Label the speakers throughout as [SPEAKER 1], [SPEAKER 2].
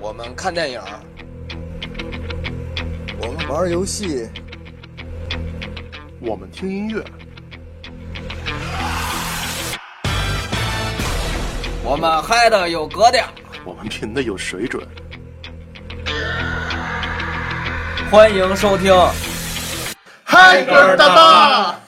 [SPEAKER 1] 我们看电影，我们玩游戏，
[SPEAKER 2] 我们听音乐，
[SPEAKER 1] 我们嗨的有格调。
[SPEAKER 2] 我们品的有水准。
[SPEAKER 1] 欢迎收听，
[SPEAKER 2] 嗨歌大大，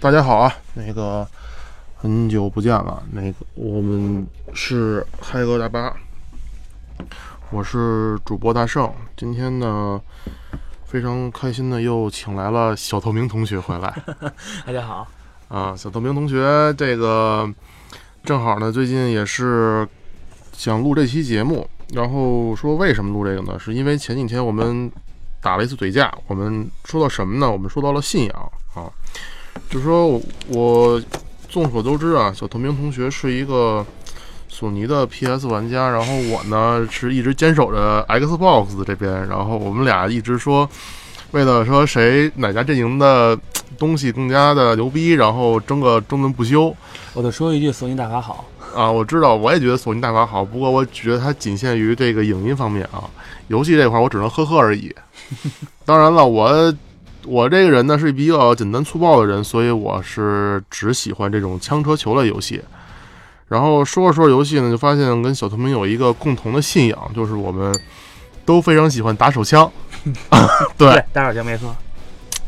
[SPEAKER 2] 大家好啊！那个很久不见了，那个我们是嗨歌大巴，我是主播大圣。今天呢，非常开心的又请来了小透明同学回来。
[SPEAKER 3] 大家好，
[SPEAKER 2] 啊，小透明同学，这个正好呢，最近也是想录这期节目，然后说为什么录这个呢？是因为前几天我们打了一次嘴架，我们说到什么呢？我们说到了信仰啊，就是说我我众所周知啊，小透明同学是一个索尼的 PS 玩家，然后我呢是一直坚守着 Xbox 这边，然后我们俩一直说。为了说谁哪家阵营的东西更加的牛逼，然后争个争论不休
[SPEAKER 3] 我得说一句索尼大法好，
[SPEAKER 2] 啊！我知道，我也觉得索尼大法好，不过我觉得它仅限于这个影音方面啊，游戏这块我只能呵呵而已。当然了，我我这个人呢是比较简单粗暴的人，所以我是只喜欢这种枪车球类游戏。然后说着说着游戏呢，就发现跟小透明有一个共同的信仰，就是我们都非常喜欢打手枪。 对，
[SPEAKER 3] 大手枪没错，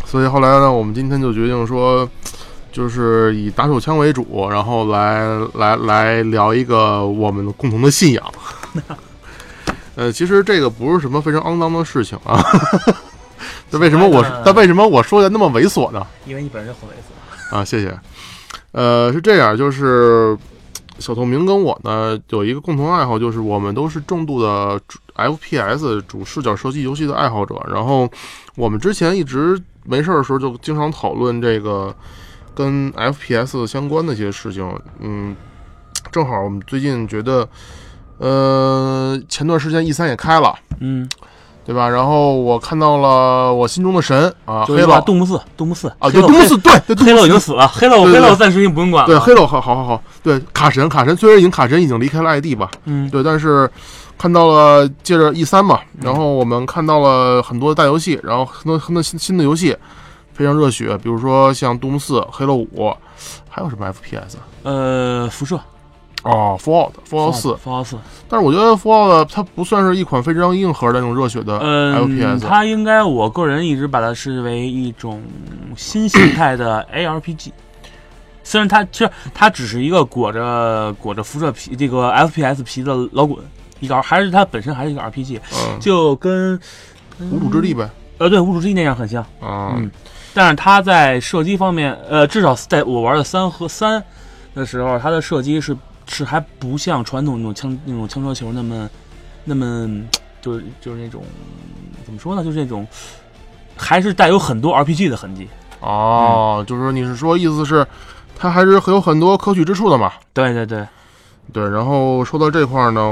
[SPEAKER 2] 所以后来呢，我们今天就决定说，就是以打手枪为主，然后来来来聊一个我们共同的信 仰。呃，其实这个不是什么非常肮脏的事情啊。那为什么我
[SPEAKER 3] 现在呢
[SPEAKER 2] 但为什么我说的那么猥琐呢？
[SPEAKER 3] 因为你本身就很猥琐。
[SPEAKER 2] 啊，谢谢。呃，是这样，就是小透明跟我呢有一个共同爱好，就是我们都是重度的主 FPS 主视角射击游戏的爱好者。然后我们之前一直没事儿的时候就经常讨论这个跟 FPS 相关的一些事情。嗯，正好我们最近觉得，呃，前段时间 E 三也开了。
[SPEAKER 3] 嗯，
[SPEAKER 2] 对吧？然后我看到了我心中的神啊，
[SPEAKER 3] 就
[SPEAKER 2] 黑
[SPEAKER 3] 是
[SPEAKER 2] 老
[SPEAKER 3] 杜牧寺，杜牧寺
[SPEAKER 2] 啊，
[SPEAKER 3] 黑
[SPEAKER 2] 对，
[SPEAKER 3] 老
[SPEAKER 2] 东四对 对对
[SPEAKER 3] 黑老已经死了，黑老
[SPEAKER 2] 对
[SPEAKER 3] 黑
[SPEAKER 2] 对
[SPEAKER 3] 老暂时已经不用管了。
[SPEAKER 2] 对，黑，豆好好好好，对卡神卡神虽然已经卡神已经离开了 ID 吧，
[SPEAKER 3] 嗯，
[SPEAKER 2] 对，但是看到了借着 E 三嘛，然后我们看到了很多大游戏，然后很多很多新新的游戏非常热血，比如说像《杜牧四》《黑豆五》，还有什么 FPS
[SPEAKER 3] 呃，辐射，
[SPEAKER 2] 哦，《Fallout》《Fallout 四》，
[SPEAKER 3] f o 四，
[SPEAKER 2] 但是我觉得《Fallout》它不算是一款非常硬核的那种热血的
[SPEAKER 3] 嗯，
[SPEAKER 2] FPS，、
[SPEAKER 3] 它应该我个人一直把它视为一种新形 态的 ARPG。虽然它其实它只是一个裹着裹着辐射皮这个 FPS 皮的老滚，一个还是它本身还是一个 RPG，
[SPEAKER 2] 嗯，
[SPEAKER 3] 就跟
[SPEAKER 2] 无主之地呗，
[SPEAKER 3] 呃对无主之地那样很像。
[SPEAKER 2] 啊、
[SPEAKER 3] 嗯但是它在射击方面，呃，至少在我玩的三和三的时候，它的射击是是还不像传统那种枪那种枪车球那么那么就是就是那种怎么说呢，就是那种还是带有很多 RPG 的痕迹。
[SPEAKER 2] 哦，就是说你是说意思是它还是很有很多可取之处的嘛？
[SPEAKER 3] 对对对，
[SPEAKER 2] 对，然后说到这块儿呢，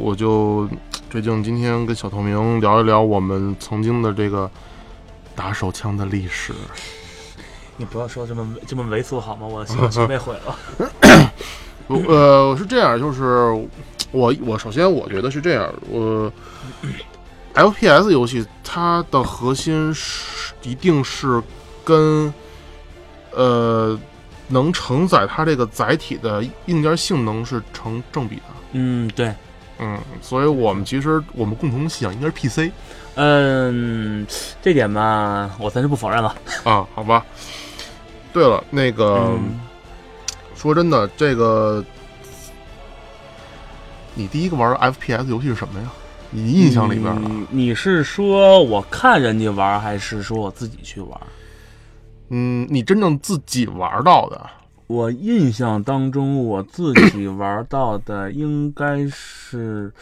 [SPEAKER 2] 我就最近今天跟小透明聊一聊我们曾经的这个打手枪的历史。
[SPEAKER 3] 你不要说这么这么猥琐好吗？我的心被毁了。
[SPEAKER 2] 我呃，是这样，就是我我首先我觉得是这样，我 FPS 游戏它的核心是一定是跟呃能承载它这个载体的硬件性能是成正比的。
[SPEAKER 3] 嗯，对，
[SPEAKER 2] 嗯，所以我们其实我们共同的信仰应该是 PC。
[SPEAKER 3] 嗯，这点吧，我暂时不否认了。
[SPEAKER 2] 啊，好吧。对了，那个、
[SPEAKER 3] 嗯
[SPEAKER 2] 说真的，这个你第一个玩 FPS 游戏是什么呀？你印象里边啊的？
[SPEAKER 3] 嗯你是说我看人家玩，还是说我自己去玩？
[SPEAKER 2] 嗯，你真正自己玩到的
[SPEAKER 3] 我印象当中，我自己玩到的应该是，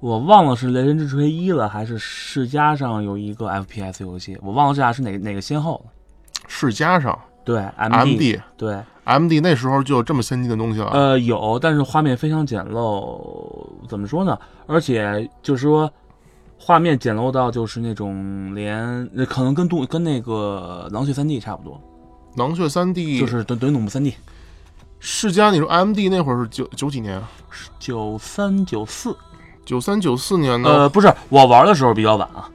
[SPEAKER 3] 我忘了是《雷神之锤一》了，还是世嘉上有一个 FPS 游戏，我忘了这俩是哪哪个先后了。
[SPEAKER 2] 世嘉上
[SPEAKER 3] 对
[SPEAKER 2] MD
[SPEAKER 3] 对，
[SPEAKER 2] MD 那时候就有这么先进的东西了。
[SPEAKER 3] 呃，有，但是画面非常简陋，怎么说呢？而且就是说，画面简陋到就是那种连呃可能跟动跟那个《狼血三 D》差不多，
[SPEAKER 2] 狼血三 D
[SPEAKER 3] 就是等等于《努木三 D》
[SPEAKER 2] 世嘉，你说 MD 那会儿是九九几年啊？
[SPEAKER 3] 九三九四。
[SPEAKER 2] 九三九四年
[SPEAKER 3] 呃，
[SPEAKER 2] 呢？
[SPEAKER 3] 不是，我玩的时候比较晚啊。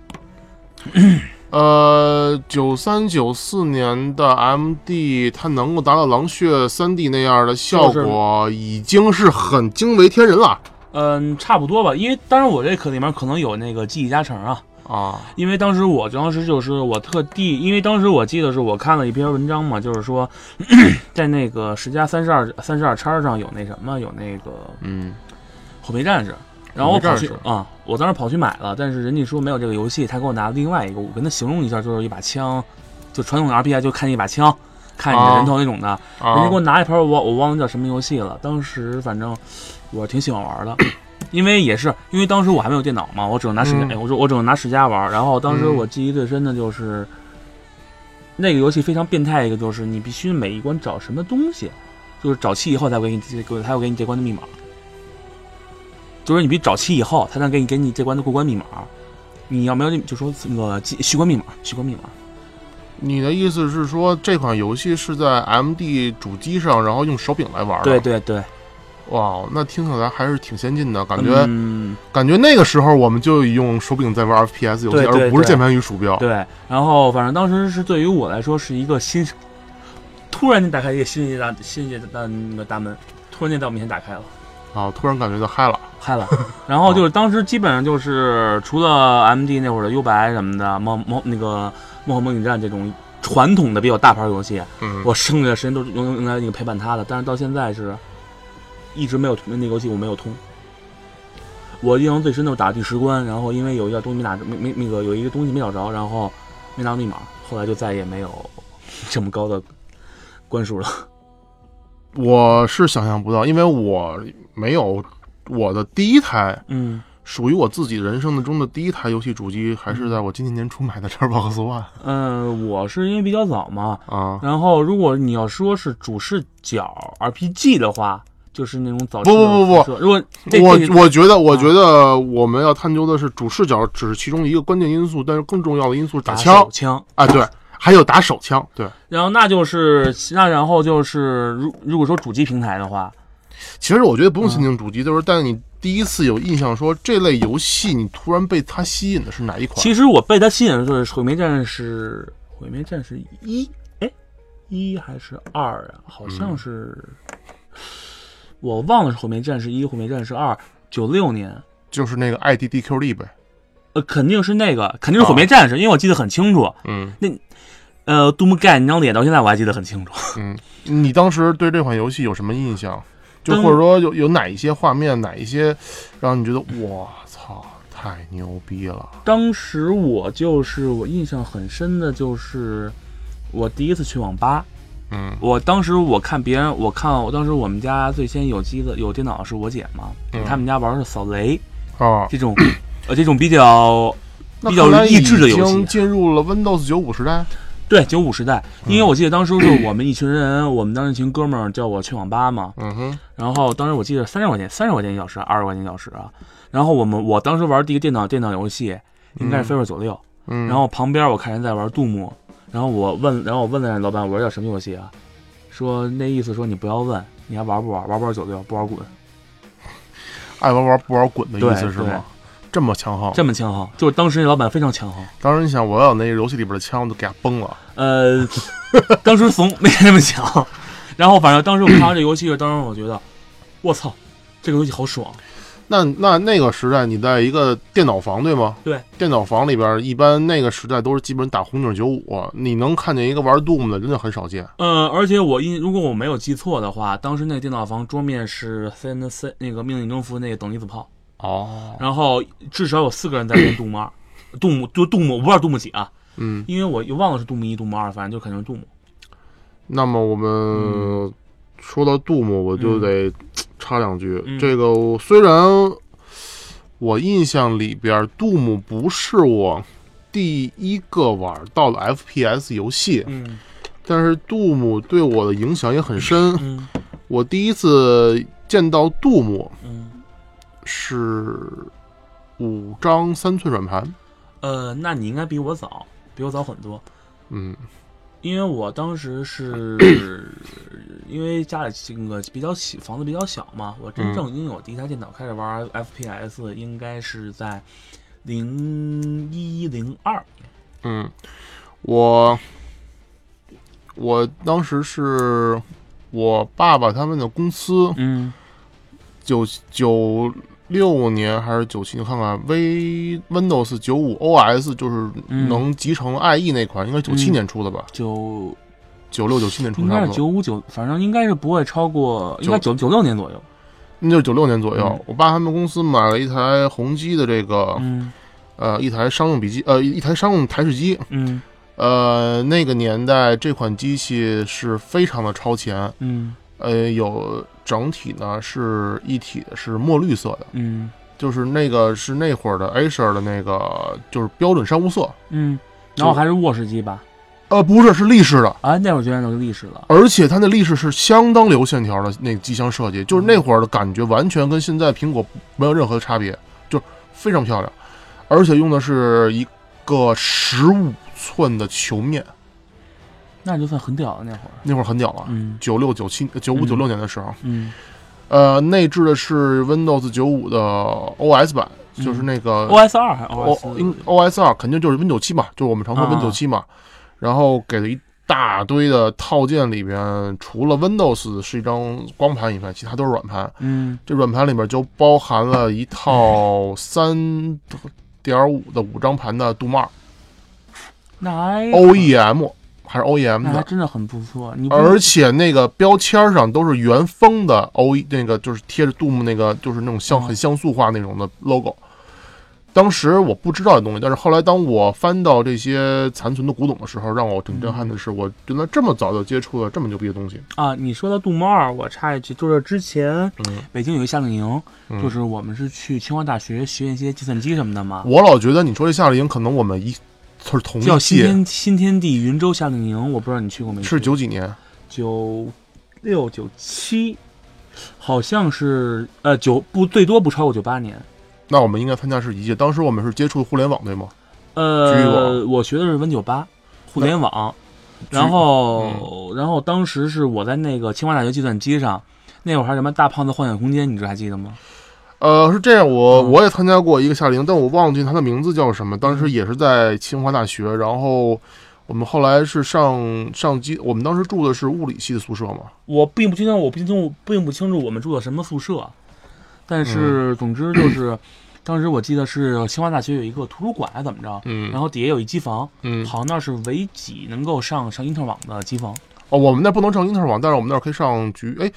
[SPEAKER 2] 呃，九三九四年的 MD，它能够达到狼血三 D 那样的效果，已经是很惊为天人了
[SPEAKER 3] 嗯，差不多吧，因为当然我这可里面可能有那个记忆加成啊，
[SPEAKER 2] 啊！
[SPEAKER 3] 因为当时我当时就是我特地，因为当时我记得是我看了一篇文章嘛，就是说 在那个十加三十二三十二叉上有那什么有那个
[SPEAKER 2] 嗯，
[SPEAKER 3] 火焙战士，然后我跑去
[SPEAKER 2] 火
[SPEAKER 3] 啊
[SPEAKER 2] 焙、
[SPEAKER 3] 我当时跑去买了，但是人家说没有这个游戏，他给我拿了另外一个，我跟他形容一下，就是一把枪，就传统的 RPG 就看一把枪，看你的人头那种的，人家
[SPEAKER 2] 啊
[SPEAKER 3] 给我拿一盘，我我忘了叫什么游戏了。当时反正我挺喜欢玩的，因为也是因为当时我还没有电脑嘛，我只能拿世嘉、
[SPEAKER 2] 嗯
[SPEAKER 3] 哎，我说我只能拿世嘉玩。然后当时
[SPEAKER 2] 嗯
[SPEAKER 3] 我记忆最深的就是、那个游戏非常变态，一个就是你必须每一关找什么东西，就是找齐以后才会给你给我才会给你这关的密码，就是你必须找齐以后才能给你给你这关的过关密码。你要没有这就说那个记续关密码，续关密码。
[SPEAKER 2] 你的意思是说这款游戏是在 MD 主机上，然后用手柄来玩
[SPEAKER 3] 对
[SPEAKER 2] 的？，
[SPEAKER 3] 对对，
[SPEAKER 2] 哇，那听起来还是挺先进的，感觉、
[SPEAKER 3] 嗯
[SPEAKER 2] 感觉那个时候我们就用手柄在玩 FPS 游戏，
[SPEAKER 3] 对对
[SPEAKER 2] 而不是
[SPEAKER 3] 对
[SPEAKER 2] 键盘与鼠标。
[SPEAKER 3] 对，然后反正当时是对于我来说是一个新，突然间打开一个新世界大新世界大那个大门，突然间在我面前打开了，
[SPEAKER 2] 啊，突然感觉到嗨了。
[SPEAKER 3] 嗨了。然后就是当时基本上就是除了 M D 那会儿的幽白什么的，梦梦那个梦幻梦影战这种传统的比较大牌游戏，
[SPEAKER 2] 嗯，
[SPEAKER 3] 我剩下的时间都是用用来那个陪伴他的，但是到现在是一直没有那个游戏我没有通。我印象最深的是打第十关，然后因为有一个东西没打没没那个有一个东西没找着，然后没拿密码，后来就再也没有这么高的关数了。
[SPEAKER 2] 我是想象不到，因为我没有我的第一台
[SPEAKER 3] 嗯，
[SPEAKER 2] 属于我自己人生的中的第一台游戏主机，还是在我今年年初买的 Xbox One
[SPEAKER 3] 呃，我是因为比较早嘛，
[SPEAKER 2] 啊。
[SPEAKER 3] 然后如果你要说是主视角 RPG 的话，就是那种早期
[SPEAKER 2] 不
[SPEAKER 3] 的
[SPEAKER 2] 不不不
[SPEAKER 3] 辐射如果这
[SPEAKER 2] 我
[SPEAKER 3] 这啊
[SPEAKER 2] 我觉得，我觉得我们要探究的是主视角只是其中一个关键因素，但是更重要的因素是打
[SPEAKER 3] 打
[SPEAKER 2] 枪
[SPEAKER 3] 手枪。
[SPEAKER 2] 啊，对，还有打手枪，对。
[SPEAKER 3] 然后那就是那然后就是如如果说主机平台的话，
[SPEAKER 2] 其实我觉得不用
[SPEAKER 3] 嗯
[SPEAKER 2] 心情主机，就是但你第一次有印象说这类游戏，你突然被它吸引的是哪一款？
[SPEAKER 3] 其实我被它吸引的就是《毁灭战士》，《毁灭战士一》哎，一还是二啊？好
[SPEAKER 2] 嗯
[SPEAKER 3] 像是、我忘了是《毁灭战士一》《毁灭战士二》，九六年，
[SPEAKER 2] 就是那个 IDDQD 呗，
[SPEAKER 3] 呃，肯定是那个，肯定是《毁灭战士》因为我记得很清楚。
[SPEAKER 2] 哦嗯
[SPEAKER 3] 呃，Doom g a 那张脸到现在我还记得很清楚。
[SPEAKER 2] 嗯，你当时对这款游戏有什么印象？就
[SPEAKER 3] 当
[SPEAKER 2] 或者说有有哪一些画面，哪一些让你觉得我操太牛逼了？
[SPEAKER 3] 当时我就是我印象很深的就是我第一次去网吧，
[SPEAKER 2] 嗯
[SPEAKER 3] 我当时我看别人，我看我当时我们家最先有机子有电脑是我姐嘛，
[SPEAKER 2] 嗯
[SPEAKER 3] 他们家玩的是扫雷
[SPEAKER 2] 啊，
[SPEAKER 3] 这种，呃，这种比较
[SPEAKER 2] 那
[SPEAKER 3] 比较
[SPEAKER 2] 看来
[SPEAKER 3] 益智的
[SPEAKER 2] 已
[SPEAKER 3] 游戏
[SPEAKER 2] 经进入了 Windows 九五时代。
[SPEAKER 3] 对九五时代，
[SPEAKER 2] 嗯
[SPEAKER 3] 因为我记得当时是我们一群人，我们当时一群哥们儿叫我去网吧嘛，
[SPEAKER 2] 嗯哼，
[SPEAKER 3] 然后当时我记得三十块钱，三十块钱一小时，二十块钱一小时啊，然后我们我当时玩第一个电脑电脑游戏应该是飞瑞九六，
[SPEAKER 2] 嗯，
[SPEAKER 3] 然后旁边我看人在玩杜牧，然后我问，然后我问了老板，我说叫什么游戏啊？说那意思说你不要问，你还玩不玩？玩不玩九六，不玩滚。
[SPEAKER 2] 爱玩玩不玩滚的意思
[SPEAKER 3] 对
[SPEAKER 2] 是吗
[SPEAKER 3] 对？
[SPEAKER 2] 这么强横，
[SPEAKER 3] 这么强横，就是当时那老板非常强横。
[SPEAKER 2] 当时你想，我要有那个游戏里边的枪，我都给它崩了。
[SPEAKER 3] 呃，当时怂没那么强，然后反正当时我看完这游戏，当时我觉得，我操，这个游戏好爽。
[SPEAKER 2] 那那那个时代，你在一个电脑房对吗？
[SPEAKER 3] 对，
[SPEAKER 2] 电脑房里边，一般那个时代都是基本打红警九五，你能看见一个玩 Doom 的，真的很少见。
[SPEAKER 3] 呃，而且我印，如果我没有记错的话，当时那电脑房桌面是 CNC 那个命令征服那个等离子炮，
[SPEAKER 2] 哦，
[SPEAKER 3] 然后至少有四个人在练杜牧二，杜牧就杜牧，我不知道杜牧几啊，
[SPEAKER 2] 嗯，
[SPEAKER 3] 因为我又忘了是杜牧一、杜牧二，反正就肯定是杜牧。
[SPEAKER 2] 那么我
[SPEAKER 3] 嗯
[SPEAKER 2] 们说到 Doom，我就得插两句。
[SPEAKER 3] 嗯
[SPEAKER 2] 这个我虽然我印象里边杜姆不是我第一个玩到了 FPS 游戏，
[SPEAKER 3] 嗯
[SPEAKER 2] 但是杜姆对我的影响也很深。
[SPEAKER 3] 嗯
[SPEAKER 2] 我第一次见到杜姆
[SPEAKER 3] 嗯，
[SPEAKER 2] 是五张三寸软盘，
[SPEAKER 3] 呃，那你应该比我早，比我早很多，
[SPEAKER 2] 嗯，
[SPEAKER 3] 因为我当时是 因为家里那个比较小，房子比较小嘛，我
[SPEAKER 2] 嗯
[SPEAKER 3] 真正拥有第一台电脑开始玩 FPS 应该是在零一零二，
[SPEAKER 2] 嗯，我我当时是我爸爸他们的公司
[SPEAKER 3] 嗯
[SPEAKER 2] 九九六年还是九七，你看看 V Windows 九五 OS 就是
[SPEAKER 3] 嗯
[SPEAKER 2] 能集成 IE 那款，应该九七
[SPEAKER 3] 嗯
[SPEAKER 2] 年出的吧？
[SPEAKER 3] 九
[SPEAKER 2] 九六九七年出
[SPEAKER 3] 应
[SPEAKER 2] 差
[SPEAKER 3] 该
[SPEAKER 2] 不多，
[SPEAKER 3] 是九五九，反正应该是不会超过，应该九九六年左右，
[SPEAKER 2] 那就是九六年左右。
[SPEAKER 3] 嗯
[SPEAKER 2] 我爸他们公司买了一台宏基的这个、
[SPEAKER 3] 嗯
[SPEAKER 2] 呃一台商用笔记呃一台商用台式机，
[SPEAKER 3] 嗯
[SPEAKER 2] 呃那个年代这款机器是非常的超前，
[SPEAKER 3] 嗯
[SPEAKER 2] 呃有整体呢是一体的是墨绿色的，
[SPEAKER 3] 嗯
[SPEAKER 2] 就是那个是那会儿的 Acer 的那个就是标准商务色。
[SPEAKER 3] 嗯，然后还是卧室机吧，
[SPEAKER 2] 呃，不是，是立式的，
[SPEAKER 3] 啊，那会儿居然都是历史了，
[SPEAKER 2] 而且它那立式是相当流线条的那个机箱设计，就是那会儿的感觉完全跟现在苹果没有任何差别，就是非常漂亮，而且用的是一个十五寸的球面，
[SPEAKER 3] 那就算很屌了那会儿，
[SPEAKER 2] 那会儿很屌了，
[SPEAKER 3] 嗯
[SPEAKER 2] 九六九七九五
[SPEAKER 3] 嗯
[SPEAKER 2] 九六年的时候，
[SPEAKER 3] 嗯，
[SPEAKER 2] 呃，内置的是 Windows 九五的 OS 版，就是
[SPEAKER 3] 嗯
[SPEAKER 2] 那个
[SPEAKER 3] OS 二还是
[SPEAKER 2] O
[SPEAKER 3] OS？
[SPEAKER 2] 应 OS 二肯定就是 Win 九七嘛，就是我们常说 Win 九七嘛，然后给了一大堆的套件里边，除了 Windows 是一张光盘以外，其他都是软盘。
[SPEAKER 3] 嗯
[SPEAKER 2] 这软盘里面就包含了一套三点五的五张盘的杜曼
[SPEAKER 3] 那还
[SPEAKER 2] 哦 OEM 还是 OEM
[SPEAKER 3] 那还
[SPEAKER 2] 的，
[SPEAKER 3] 真的很不错。你不
[SPEAKER 2] 而且那个标签上都是原封的 O E 那个就是贴着杜牧那个就是那种像
[SPEAKER 3] 嗯
[SPEAKER 2] 很像素化那种的 logo。当时我不知道的东西，但是后来当我翻到这些残存的古董的时候，让我挺震撼
[SPEAKER 3] 嗯
[SPEAKER 2] 的是，我原来这么早就接触了这么牛逼的东西。
[SPEAKER 3] 啊，你说到杜牧二，我插一句，就是之前
[SPEAKER 2] 嗯，
[SPEAKER 3] 北京有一夏令营，
[SPEAKER 2] 嗯
[SPEAKER 3] 就是我们是去清华大学学一些计算机什么的嘛。
[SPEAKER 2] 我老觉得你说这夏令营，可能我们一是同
[SPEAKER 3] 叫
[SPEAKER 2] 一
[SPEAKER 3] 新
[SPEAKER 2] 届，
[SPEAKER 3] 天新天地云州夏令营，我不知道你去过没去？
[SPEAKER 2] 是九几年，
[SPEAKER 3] 九六九七，好像是呃九不最多不超过九八年。
[SPEAKER 2] 那我们应该参加是一届。当时我们是接触互联网，对吗？局域
[SPEAKER 3] 呃，
[SPEAKER 2] 网
[SPEAKER 3] 我学的是 Win 九八，互联网。嗯
[SPEAKER 2] 局
[SPEAKER 3] 然后，然后当时是我在那个清华大学计算机上，那会儿还什么大胖子幻想空间，你这还记得吗？
[SPEAKER 2] 呃，是这样，我、
[SPEAKER 3] 嗯
[SPEAKER 2] 我也参加过一个夏令营，但我忘记它的名字叫什么。当时也是在清华大学，然后我们后来是上上机，我们当时住的是物理系的宿舍嘛。
[SPEAKER 3] 我并不清楚，我并不清楚，并不清楚我们住的什么宿舍，但是总之就是， 当时我记得是清华大学有一个图书馆还是怎么着，
[SPEAKER 2] 嗯
[SPEAKER 3] 然后底下有一机房，
[SPEAKER 2] 嗯，
[SPEAKER 3] 好像那是唯几能够上上因特网的机房。
[SPEAKER 2] 哦，我们那不能上英特尔网，但是我们那儿可以上局。哎，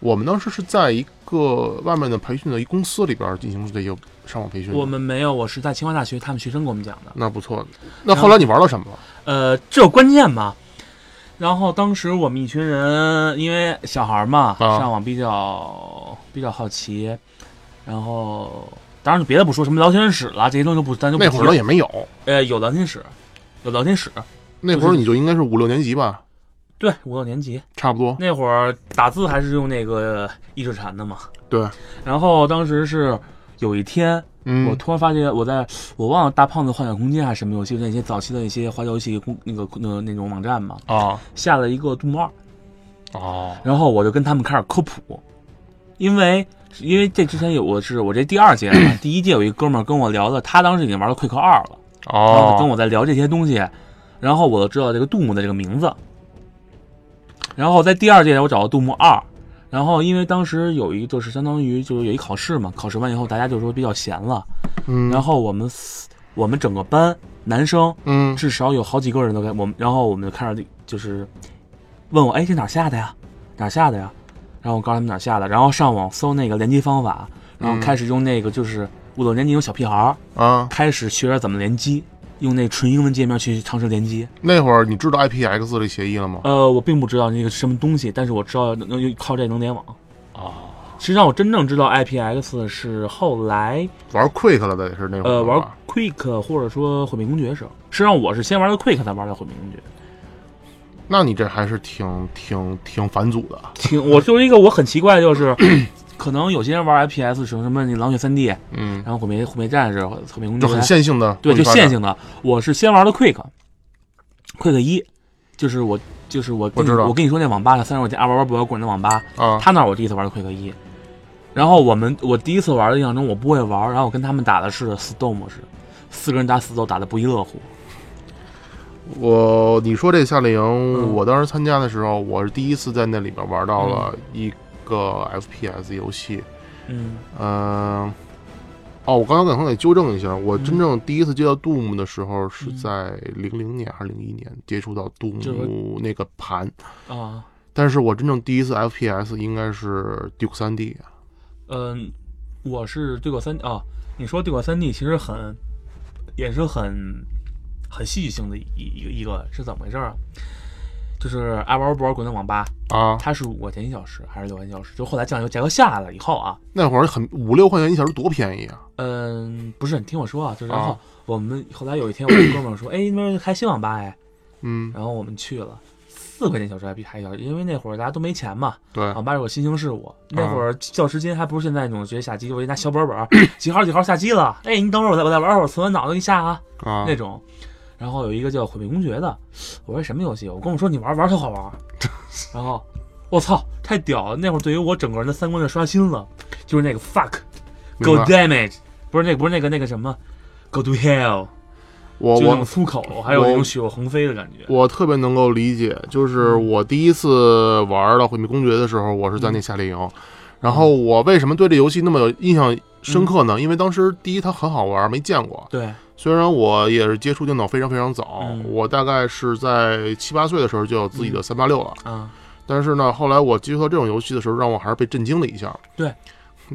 [SPEAKER 2] 我们当时是在一个外面的培训的一公司里边儿进行这些上网培训的。
[SPEAKER 3] 我们没有，我是在清华大学他们学生给我们讲的。
[SPEAKER 2] 那不错的。那后来你玩到什么了？
[SPEAKER 3] 呃，这有关键嘛。然后当时我们一群人，因为小孩嘛，
[SPEAKER 2] 啊
[SPEAKER 3] 上网比较比较好奇，然后当然别的不说，什么聊天室啦这些东西都不，咱就不
[SPEAKER 2] 那
[SPEAKER 3] 提
[SPEAKER 2] 会儿呢也没有，
[SPEAKER 3] 呃有聊天室，有聊天室，
[SPEAKER 2] 那会儿你就应该是五六年级吧，
[SPEAKER 3] 对五六年级
[SPEAKER 2] 差不多。
[SPEAKER 3] 那会儿打字还是用那个意志禅的嘛。
[SPEAKER 2] 对，
[SPEAKER 3] 然后当时是有一天，我
[SPEAKER 2] 嗯，
[SPEAKER 3] 突然发现我在我忘了大胖子幻想空间还是什么游戏，就那些早期的一些花游戏公那个那那种网站嘛，
[SPEAKER 2] 啊
[SPEAKER 3] 下了一个杜牧二。
[SPEAKER 2] 哦，
[SPEAKER 3] 然后我就跟他们开始科普，因为因为这之前有我是我这第二届了嘛，第一届有一哥们儿跟我聊的，他当时已经玩了《快克二》了，然后跟
[SPEAKER 2] 哦，
[SPEAKER 3] 我在聊这些东西，然后我就知道这个杜牧的这个名字，然后在第二届我找到杜牧二。然后，因为当时有一就是相当于就是有一考试嘛，考试完以后大家就说比较闲了，
[SPEAKER 2] 嗯
[SPEAKER 3] 然后我们四我们整个班男生
[SPEAKER 2] 嗯
[SPEAKER 3] 至少有好几个人都开我们，然后我们就开始就是问我，哎，这哪儿下的呀？哪儿下的呀？然后我告诉他们哪儿下的，然后上网搜那个联机方法，然后
[SPEAKER 2] 嗯
[SPEAKER 3] 开始用那个就是五六年级有小屁孩儿
[SPEAKER 2] 啊，
[SPEAKER 3] 开始学着怎么联机，用那纯英文界面去尝试联机。
[SPEAKER 2] 那会儿你知道 IPX 这协议了吗？
[SPEAKER 3] 呃，我并不知道那个是什么东西，但是我知道能能靠这能联网。
[SPEAKER 2] 啊，
[SPEAKER 3] 实际上我真正知道 IPX 是后来
[SPEAKER 2] 玩 Quick 了的也是那会儿吧。
[SPEAKER 3] 呃玩 Quick 或者说毁灭公爵的时候，实际上我是先玩的 Quick 才玩的毁灭公爵。
[SPEAKER 2] 那你这还是挺挺挺反祖的。
[SPEAKER 3] 挺我就是一个我很奇怪，就是可能有些人玩 FPS 什么什么你狼血三 D，然
[SPEAKER 2] 嗯，
[SPEAKER 3] 后毁灭毁灭战士、毁灭公爵
[SPEAKER 2] 就很线性的，
[SPEAKER 3] 对，就线
[SPEAKER 2] 线。
[SPEAKER 3] 性的。我是先玩的 Quick，Quick 一，就是我就是我跟你
[SPEAKER 2] 我知道
[SPEAKER 3] 我跟你说那网吧的三十块钱二玩玩不摇滚的网吧，
[SPEAKER 2] 啊，
[SPEAKER 3] 他那儿我第一次玩的 Quick 一。然后我们我第一次玩的印象中我不会玩，然后我跟他们打的是死斗模式，四个人打死斗打的不亦乐乎。
[SPEAKER 2] 我你说这夏令
[SPEAKER 3] 嗯
[SPEAKER 2] 营，我当时参加的时候，我是第一次在那里边玩到了一个 FPS 游戏。
[SPEAKER 3] 嗯
[SPEAKER 2] 嗯，哦，我刚刚可能得纠正一下，我真正第一次接到 Doom 的时候是
[SPEAKER 3] 嗯
[SPEAKER 2] 在零零年还是零一年接触到
[SPEAKER 3] 就是
[SPEAKER 2] Doom 那个盘，
[SPEAKER 3] 啊，
[SPEAKER 2] 但是我真正第一次 FPS 应该是 Duke 三 D。
[SPEAKER 3] 嗯、我是对过三啊，你说对过三 D 其实很也是很很戏剧性的一一个一个是怎么回事啊？就是爱玩不玩滚的网吧，
[SPEAKER 2] 啊，
[SPEAKER 3] 它是五块钱一小时还是六块钱一小时？就后来酱油价格下来了以后啊，
[SPEAKER 2] 那会儿很五六块钱一小时多便宜啊！
[SPEAKER 3] 嗯，不是，你听我说啊，就是
[SPEAKER 2] 啊
[SPEAKER 3] 然后我们后来有一天，我跟哥们儿说， 哎，那边开新网吧哎，
[SPEAKER 2] 嗯，
[SPEAKER 3] 然后我们去了，四块钱一小时还比还小，因为那会儿大家都没钱嘛，
[SPEAKER 2] 对，
[SPEAKER 3] 网吧有个新兴事物，那
[SPEAKER 2] 啊
[SPEAKER 3] 会儿教时间还不是现在那种直接下机，我一拿小本本儿，几号几号下机了，哎，你等会儿我再我再玩会儿，存完脑子给你下啊
[SPEAKER 2] 啊
[SPEAKER 3] 那，种。然后有一个叫《毁灭公爵》的，我说什么游戏？我跟我说你玩玩特好玩，然后我操，太屌了！那会儿对于我整个人的三观的刷新了，就是那个 fuck。Go
[SPEAKER 2] 明白
[SPEAKER 3] damage，不是那不是那个那个什么，Go to hell，
[SPEAKER 2] 我
[SPEAKER 3] 就那种
[SPEAKER 2] 我
[SPEAKER 3] 粗口，还有
[SPEAKER 2] 我
[SPEAKER 3] 那种血肉横飞的感觉。
[SPEAKER 2] 我特别能够理解，就是
[SPEAKER 3] 嗯
[SPEAKER 2] 我第一次玩到《毁灭公爵》的时候，我是在那夏令
[SPEAKER 3] 嗯
[SPEAKER 2] 营。然后我为什么对这游戏那么有印象深刻
[SPEAKER 3] 嗯
[SPEAKER 2] 呢？因为当时第一它很好玩，没见过。
[SPEAKER 3] 对，
[SPEAKER 2] 虽然我也是接触电脑非常非常早，
[SPEAKER 3] 嗯
[SPEAKER 2] 我大概是在七八岁的时候就有自己的三八六了。
[SPEAKER 3] 啊，
[SPEAKER 2] 但是呢，后来我接触到这种游戏的时候，让我还是被震惊了一下。
[SPEAKER 3] 对，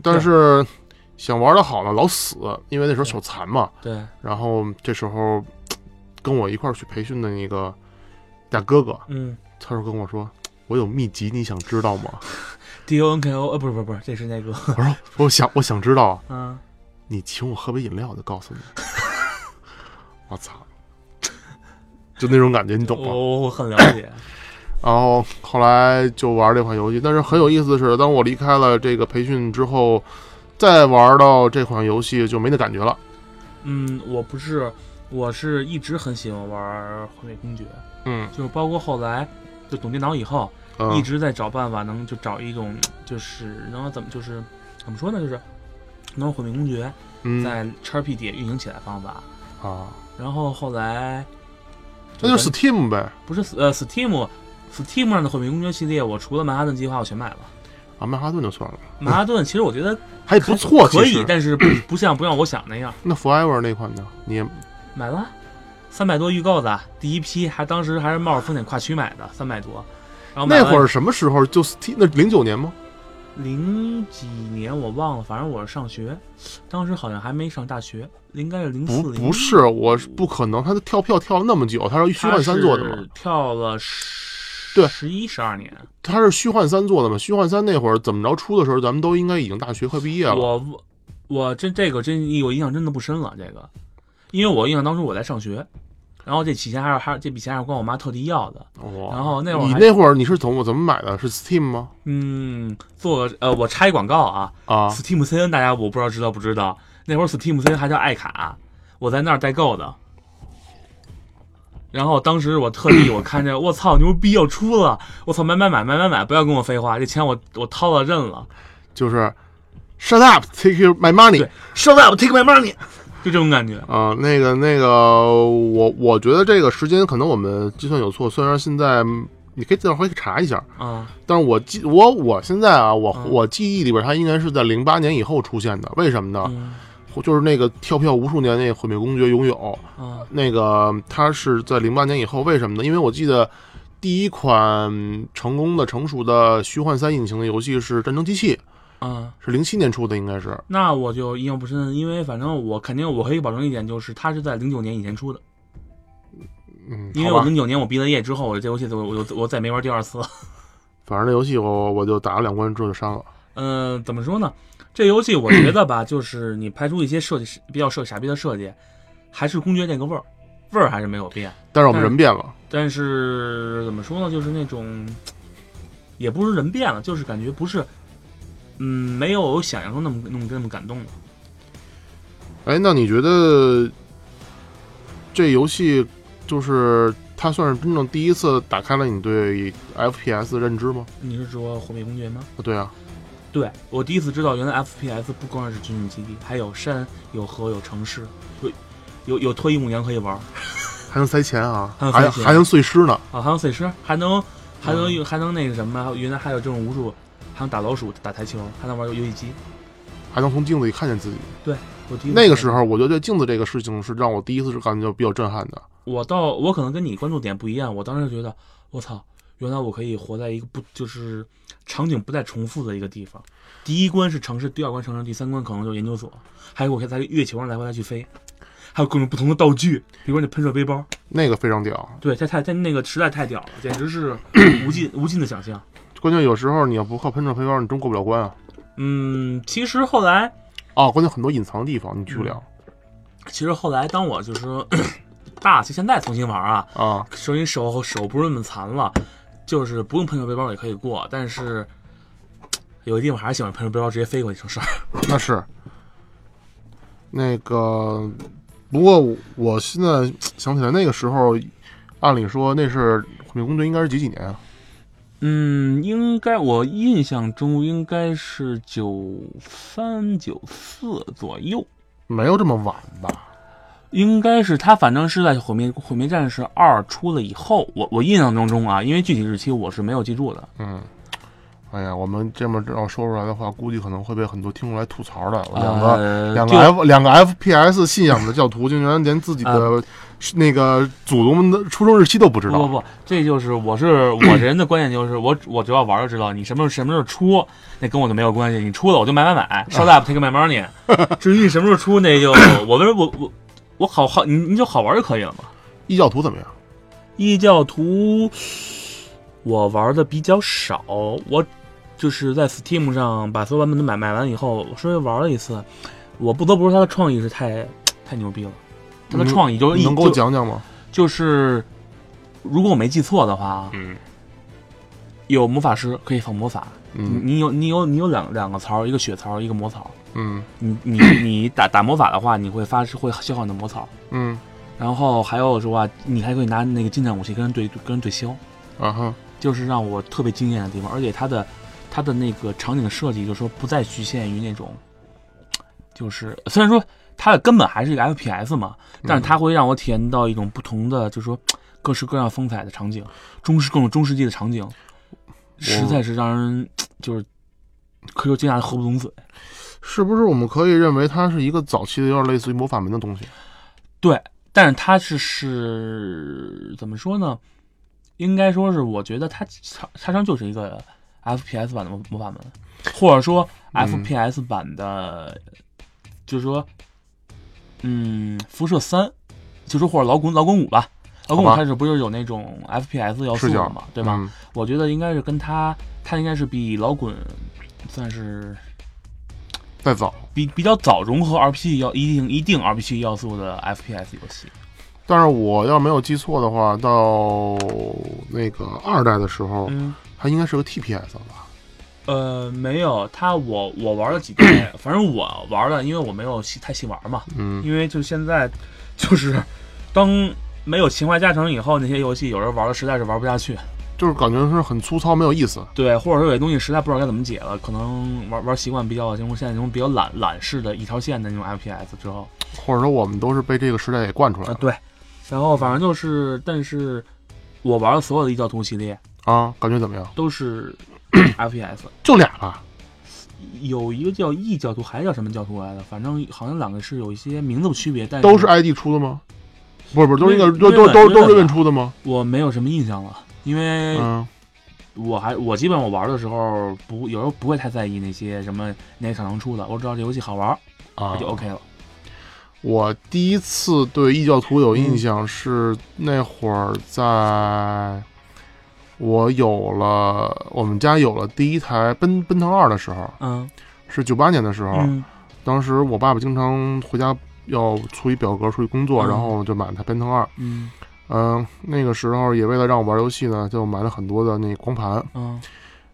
[SPEAKER 2] 但是想玩的好呢，老死，因为那时候手残嘛。
[SPEAKER 3] 对，
[SPEAKER 2] 然后这时候跟我一块儿去培训的那个大哥哥，
[SPEAKER 3] 嗯
[SPEAKER 2] 他说跟我说。我有秘籍，你想知道吗？
[SPEAKER 3] ，D O N K O，呃，不是不是不是，这是那个，
[SPEAKER 2] 我说，我想，我想知道啊。
[SPEAKER 3] 嗯，
[SPEAKER 2] 你请我喝杯饮料，我就告诉你。 我操，就那种感觉，你懂吗？
[SPEAKER 3] 我我很了解，
[SPEAKER 2] 然后后来就玩这款游戏，但是很有意思的是，当我离开了这个培训之后，再玩到这款游戏就没那感觉了。
[SPEAKER 3] 嗯，我不是，我是一直很喜欢玩《毁灭公爵》，
[SPEAKER 2] 嗯
[SPEAKER 3] 就是包括后来就懂电脑以后，一
[SPEAKER 2] 嗯
[SPEAKER 3] 直在找办法能就找一种就是能怎么就是怎么说呢，就是能让毁灭公爵
[SPEAKER 2] 嗯
[SPEAKER 3] 在 XP 底下运行起来的方法。
[SPEAKER 2] 啊，
[SPEAKER 3] 然后后来，
[SPEAKER 2] 那就
[SPEAKER 3] 咱
[SPEAKER 2] Steam 呗
[SPEAKER 3] 不是呃，Steam Steam 上的毁灭公爵系列，我除了曼哈顿计划，我全买了。
[SPEAKER 2] 啊，曼哈顿就算了，
[SPEAKER 3] 曼哈顿其实我觉得
[SPEAKER 2] 还不错，
[SPEAKER 3] 可
[SPEAKER 2] 其
[SPEAKER 3] 以，
[SPEAKER 2] 实。
[SPEAKER 3] 但是不不像不像我想那样。
[SPEAKER 2] 那 Forever 那款呢？你也
[SPEAKER 3] 买了三百多预购的第一批，还当时还是冒着风险跨区买的，三百多。然后买
[SPEAKER 2] 那
[SPEAKER 3] 完
[SPEAKER 2] 会儿什么时候？就 Steam 那零九年吗？
[SPEAKER 3] 零几年我忘了，反正我是上学，当时好像还没上大学，应该是零
[SPEAKER 2] 不
[SPEAKER 3] 四零。
[SPEAKER 2] 不是，我是不可能，他跳票跳了那么久，他是虚
[SPEAKER 3] 他
[SPEAKER 2] 幻三做的嘛
[SPEAKER 3] 是？跳了十
[SPEAKER 2] 对
[SPEAKER 3] 十一十二年。
[SPEAKER 2] 他是虚幻三做的嘛？虚幻三那会儿怎么着出的时候，咱们都应该已经大学快毕业了。
[SPEAKER 3] 我不我真这个真我印象真的不深了，这个，因为我印象当初我在上学，然后这笔钱还是还是这笔钱还是管我妈特地要的，
[SPEAKER 2] 哇
[SPEAKER 3] 然后那会儿
[SPEAKER 2] 哦你
[SPEAKER 3] 还
[SPEAKER 2] 那会儿你是怎么怎么买的？是 Steam 吗？
[SPEAKER 3] 嗯，做个呃我插一广告啊
[SPEAKER 2] 啊，
[SPEAKER 3] ，Steam CN 大家我不知道知道不知道，那会儿 Steam CN 还叫爱卡，我在那儿代购的。然后当时我特 地我看着我操牛逼要出了，我操买买买买买买，不要跟我废话，这钱我我掏了认了，
[SPEAKER 2] 就是 Shut up, take your my money
[SPEAKER 3] 对收到我 take my money，就这种感觉。
[SPEAKER 2] 啊、那个那个，我我觉得这个时间可能我们计算有错，虽然现在嗯你可以到时候可以查一下，
[SPEAKER 3] 啊
[SPEAKER 2] 但是我记我我现在啊，我、
[SPEAKER 3] 嗯
[SPEAKER 2] 我记忆里边它应该是在零八年以后出现的，为什么呢？
[SPEAKER 3] 嗯
[SPEAKER 2] 就是那个跳票无数年那个毁灭公爵拥有，
[SPEAKER 3] 啊
[SPEAKER 2] 那个它是在零八年以后，为什么呢？因为我记得第一款成功的成熟的虚幻三引擎的游戏是《战争机器》，
[SPEAKER 3] 啊！
[SPEAKER 2] 是零七年出的，应该是。
[SPEAKER 3] 那我就印象不深，因为反正我肯定我可以保证一点，就是它是在零九年以前出的，
[SPEAKER 2] 嗯，
[SPEAKER 3] 因为
[SPEAKER 2] 好
[SPEAKER 3] 我
[SPEAKER 2] 吧，
[SPEAKER 3] 零九年我毕了业之后，我这游戏就我我我再没玩第二次了。
[SPEAKER 2] 反正那游戏我我就打了两关之后就删了。
[SPEAKER 3] 嗯、怎么说呢？这游戏我觉得 吧，就是你排除一些设计比较设傻逼的设计，还是公爵那个味儿，味儿还是没有变。
[SPEAKER 2] 但是我们
[SPEAKER 3] 但
[SPEAKER 2] 人变了，
[SPEAKER 3] 但是怎么说呢，就是那种，也不是人变了，就是感觉不是，嗯，没有想象中那么那么那么感动了。
[SPEAKER 2] 哎，那你觉得这游戏就是它算是真正第一次打开了你对 FPS 的认知吗？
[SPEAKER 3] 你是说《火灭公爵》吗？
[SPEAKER 2] 啊对啊，
[SPEAKER 3] 对我第一次知道，原来 FPS 不光是军事基地，还有山、有河、有城市，有有有脱衣舞娘可以玩儿
[SPEAKER 2] 还能塞钱啊，
[SPEAKER 3] 还能
[SPEAKER 2] 还
[SPEAKER 3] 塞钱
[SPEAKER 2] 还能碎尸呢。
[SPEAKER 3] 啊，还有碎尸，还能还
[SPEAKER 2] 嗯
[SPEAKER 3] 能、还能那个什么，原来还有这种武术，还能打老鼠、打台球，还能玩游游戏机。
[SPEAKER 2] 还能从镜子里看见自己。
[SPEAKER 3] 我第一次
[SPEAKER 2] 那个
[SPEAKER 3] 看
[SPEAKER 2] 时候，我觉得对镜子这个事情是让我第一次感觉比较震撼的。
[SPEAKER 3] 我到我可能跟你关注点不一样，我当时觉得我操，原来我可以活在一个不就是场景不再重复的一个地方。第一关是城市，第二关城市，第三关可能就是研究所，还有我可以在月球上来回来去飞，还有各种不同的道具，比如说那喷射背包。
[SPEAKER 2] 那个非常屌，
[SPEAKER 3] 对，它太它那个实在太屌了，简直是无尽无尽的想象。
[SPEAKER 2] 关键有时候你要不靠喷射飞镖，你真过不了关啊！
[SPEAKER 3] 嗯，其实后来
[SPEAKER 2] 啊，关键很多隐藏的地方你去不了、
[SPEAKER 3] 其实后来当我就是说大就现在重新玩啊，
[SPEAKER 2] 啊。
[SPEAKER 3] 说你手手不是那么残了，就是不用喷射背包也可以过，但是有的地方还是喜欢喷射背包直接飞过去成事儿。
[SPEAKER 2] 那是那个，不过我我现在想起来，那个时候，按理说那是《毁灭公爵》应该是几几年啊？
[SPEAKER 3] 嗯，应该我印象中应该是九三九四左右，
[SPEAKER 2] 没有这么晚吧？
[SPEAKER 3] 应该是他反正是在毁灭毁灭战士二出了以后，我我印象当中啊，因为具体日期我是没有记住的。
[SPEAKER 2] 嗯。哎呀，我们这么要说出来的话，估计可能会被很多听众来吐槽的。两个、
[SPEAKER 3] 呃、
[SPEAKER 2] 两个
[SPEAKER 3] 就
[SPEAKER 2] F 两个 FPS 信仰的教徒，竟然连自己的是那个祖宗们的出生日期都不知
[SPEAKER 3] 不不
[SPEAKER 2] 道。
[SPEAKER 3] 不，这就是 我是我这人的观点，就是我我只要玩就知道，你什么时候什么时候出，那跟我就没有关系，你出了我就买买买，shut up take my money。至于 你什么时候出，那就我为什么我我我好好你你就好玩就可以了嘛。
[SPEAKER 2] 异教徒怎么样？
[SPEAKER 3] 异教徒我玩的比较少，我就是在 Steam 上把所有版本都买买完以后，我稍微玩了一次，我不得不说它的创意是太太牛逼了，它的
[SPEAKER 2] 你
[SPEAKER 3] 创意就是
[SPEAKER 2] 你嗯
[SPEAKER 3] 一
[SPEAKER 2] 能给我
[SPEAKER 3] 就
[SPEAKER 2] 讲讲吗？
[SPEAKER 3] 就是如果我没记错的话啊。
[SPEAKER 2] 嗯
[SPEAKER 3] 有魔法师可以放魔法，
[SPEAKER 2] 嗯
[SPEAKER 3] 你你有你有你有两两个槽，一个血槽，一个魔槽。
[SPEAKER 2] 嗯
[SPEAKER 3] 你 你你打打魔法的话，你会发会消耗你的魔槽。
[SPEAKER 2] 嗯
[SPEAKER 3] 然后还有说啊，你还可以拿那个近战武器跟人对跟人对消，
[SPEAKER 2] 啊哈
[SPEAKER 3] 就是让我特别惊艳的地方。而且它的它的那个场景的设计，就是说不再局限于那种，就是虽然说它的根本还是一个 FPS 嘛，但是它会让我体验到一种不同的，就是说各式各样风采的场景，中世各种中世纪的场景，实在是让人就是可以说惊讶的合不拢嘴。
[SPEAKER 2] 是不是我们可以认为它是一个早期的有点类似于魔法门的东西？
[SPEAKER 3] 对，但是它是是怎么说呢？应该说是，我觉得它它它上就是一个 FPS 版的魔魔法门，或者说
[SPEAKER 2] 嗯
[SPEAKER 3] FPS 版的，就是说，嗯，辐射三，就说或者老滚老滚五吧。老滚
[SPEAKER 2] 好吧
[SPEAKER 3] 五开始不就是有那种 FPS 要素
[SPEAKER 2] 视角
[SPEAKER 3] 嘛，对吧？？
[SPEAKER 2] 嗯
[SPEAKER 3] 我觉得应该是跟它，它应该是比老滚算是
[SPEAKER 2] 再早，
[SPEAKER 3] 比比较早融合 RPG 要一定一定 RPG 要素的 FPS 游戏。
[SPEAKER 2] 但是我要没有记错的话，到那个二代的时候，
[SPEAKER 3] 嗯，
[SPEAKER 2] 它应该是个 TPS 吧？
[SPEAKER 3] 呃，没有，他我我玩了几代，反正我玩了，因为我没有细太细玩嘛，
[SPEAKER 2] 嗯，
[SPEAKER 3] 因为就现在就是当没有情怀加成以后，那些游戏有人玩的实在是玩不下去，
[SPEAKER 2] 就是感觉是很粗糙，没有意思。
[SPEAKER 3] 对，或者说有些东西实在不知道该怎么解了，可能玩玩习惯比较像我现在这种比较懒懒式的一条线的那种 FPS 之后，
[SPEAKER 2] 或者说我们都是被这个时代给惯出来
[SPEAKER 3] 啊
[SPEAKER 2] 的
[SPEAKER 3] 对，然后反正就是，但是我玩的所有的异教徒系列
[SPEAKER 2] 啊？感觉怎么样？
[SPEAKER 3] 都是 FPS，
[SPEAKER 2] 就俩吧。
[SPEAKER 3] 有一个叫异教徒，还叫什么教徒来着？反正好像两个是有一些名字区别，但
[SPEAKER 2] 都是 ID 出的吗？不是不是，都是那个
[SPEAKER 3] 瑞
[SPEAKER 2] 都都
[SPEAKER 3] 瑞
[SPEAKER 2] 都
[SPEAKER 3] 本
[SPEAKER 2] 都
[SPEAKER 3] 瑞
[SPEAKER 2] 瑞
[SPEAKER 3] 本
[SPEAKER 2] 本
[SPEAKER 3] 吧
[SPEAKER 2] 出的吗？
[SPEAKER 3] 我没有什么印象了，因为
[SPEAKER 2] 嗯，
[SPEAKER 3] 我还我基本我玩的时候不有时候不会太在意那些什么哪个厂商出的，我只要这游戏好玩
[SPEAKER 2] 啊
[SPEAKER 3] 我就 OK 了。
[SPEAKER 2] 我第一次对异教徒有印象是那会儿在我有了我们家有了第一台奔奔腾二的时候，
[SPEAKER 3] 嗯
[SPEAKER 2] 是九八年的时候，
[SPEAKER 3] 嗯
[SPEAKER 2] 当时我爸爸经常回家要出一表格出去工作，
[SPEAKER 3] 嗯
[SPEAKER 2] 然后就买了台奔腾二。
[SPEAKER 3] 嗯
[SPEAKER 2] 嗯，那个时候也为了让我玩游戏呢，就买了很多的那光盘。
[SPEAKER 3] 嗯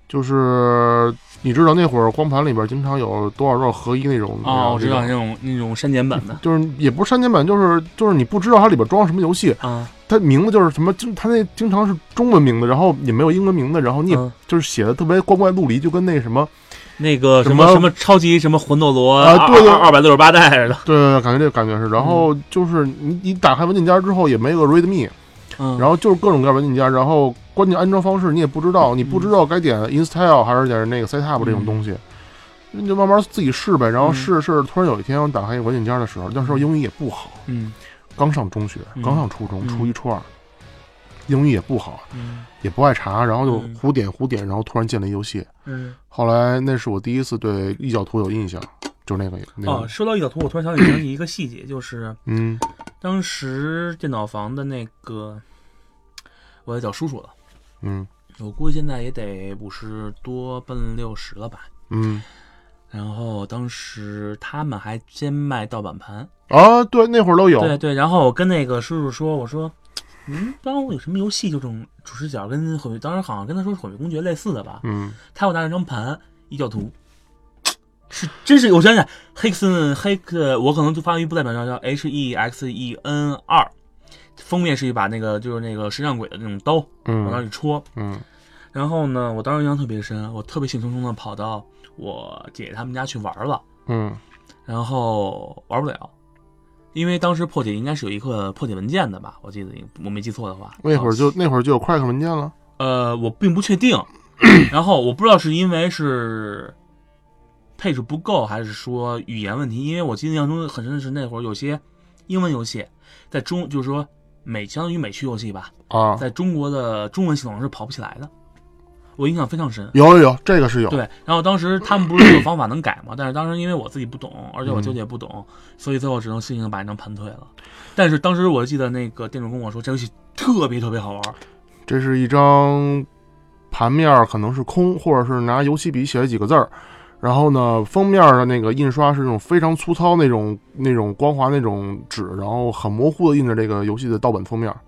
[SPEAKER 2] 就是你知道那会儿光盘里边经常有多少多少合一那种
[SPEAKER 3] 哦，我知道
[SPEAKER 2] 那
[SPEAKER 3] 那
[SPEAKER 2] 种
[SPEAKER 3] 种那种删 减版的
[SPEAKER 2] 就是也不是删减版，就是就是你不知道它里边装什么游戏，
[SPEAKER 3] 啊，
[SPEAKER 2] 它名字就是什么，就它那经常是中文名字，然后也没有英文名字，然后你也
[SPEAKER 3] 嗯
[SPEAKER 2] 就是写的特别光怪陆离，就跟那什么，
[SPEAKER 3] 那个什
[SPEAKER 2] 什么
[SPEAKER 3] 什么超级什么魂斗罗
[SPEAKER 2] 啊对对
[SPEAKER 3] 二百六十八代似的，
[SPEAKER 2] 对对，对感觉这个感觉是。然后就是你你打开文件夹之后也没有 readme，
[SPEAKER 3] 嗯，
[SPEAKER 2] 然后就是各种各样文件夹，然后关键安装方式你也不知道，你不知道该点
[SPEAKER 3] 嗯
[SPEAKER 2] install 还是点那个 setup 这种东西，那你就慢慢自己试呗。然后
[SPEAKER 3] 嗯
[SPEAKER 2] 试着试着，突然有一天我打开一个文件夹的时候，那时候英语也不好，
[SPEAKER 3] 嗯
[SPEAKER 2] 刚上中学，
[SPEAKER 3] 嗯
[SPEAKER 2] 刚上初中，
[SPEAKER 3] 嗯
[SPEAKER 2] 初一初二，英语也不好，
[SPEAKER 3] 嗯
[SPEAKER 2] 也不爱查，然后就
[SPEAKER 3] 嗯
[SPEAKER 2] 胡点胡点，然后突然进了一游戏。
[SPEAKER 3] 嗯。
[SPEAKER 2] 后来那是我第一次对异教徒有印象，就那个那个，
[SPEAKER 3] 哦，说到异教徒，我突然想起想起一个细节，就是
[SPEAKER 2] 嗯
[SPEAKER 3] 当时电脑房的那个，我也叫叔叔了，
[SPEAKER 2] 嗯
[SPEAKER 3] 我估计现在也得五十多奔六十了吧。
[SPEAKER 2] 嗯
[SPEAKER 3] 然后当时他们还先卖盗版盘，
[SPEAKER 2] 啊，对，那会儿都有，
[SPEAKER 3] 对对。然后我跟那个叔叔说，我说，嗯，当我有什么游戏就这种主视角跟毁，当时好像跟他说是毁灭公爵类似的吧。
[SPEAKER 2] 嗯
[SPEAKER 3] 他给我拿了张盘，异教徒，是真是我想想，黑森黑克，我可能就发音不代表叫叫 H E X E N 二，封面是一把那个就是那个神像鬼的那种刀往那
[SPEAKER 2] 嗯
[SPEAKER 3] 里戳。
[SPEAKER 2] 嗯
[SPEAKER 3] 然后呢，我当时印象特别深，我特别兴冲冲的跑到我姐他们家去玩了，
[SPEAKER 2] 嗯
[SPEAKER 3] 然后玩不了。因为当时破解应该是有一个破解文件的吧，我记得我没记错的话，
[SPEAKER 2] 那会儿就那会儿就有快克文件了。
[SPEAKER 3] 呃，我并不确 定。然后我不知道是因为是配置不够，还是说语言问题。因为我记得印象中很深的是那会儿有些英文游戏在中，就是说美相当于美区游戏吧，
[SPEAKER 2] 啊，
[SPEAKER 3] 在中国的中文系统是跑不起来的。我印象非常深。
[SPEAKER 2] 有有有，这个是有，
[SPEAKER 3] 对，然后当时他们不是有方法能改吗？但是当时因为我自己不懂，而且我舅舅也不懂，所以最后只能悻悻地把那张盘退了。但是当时我记得那个店主跟我说，这游戏特别特别好玩儿。
[SPEAKER 2] 这是一张盘面儿可能是空，或者是拿油漆笔写了几个字儿，然后呢，封面儿的那个印刷是那种非常粗糙那种那种光滑那种纸，然后很模糊的印着这个游戏的盗版封面儿，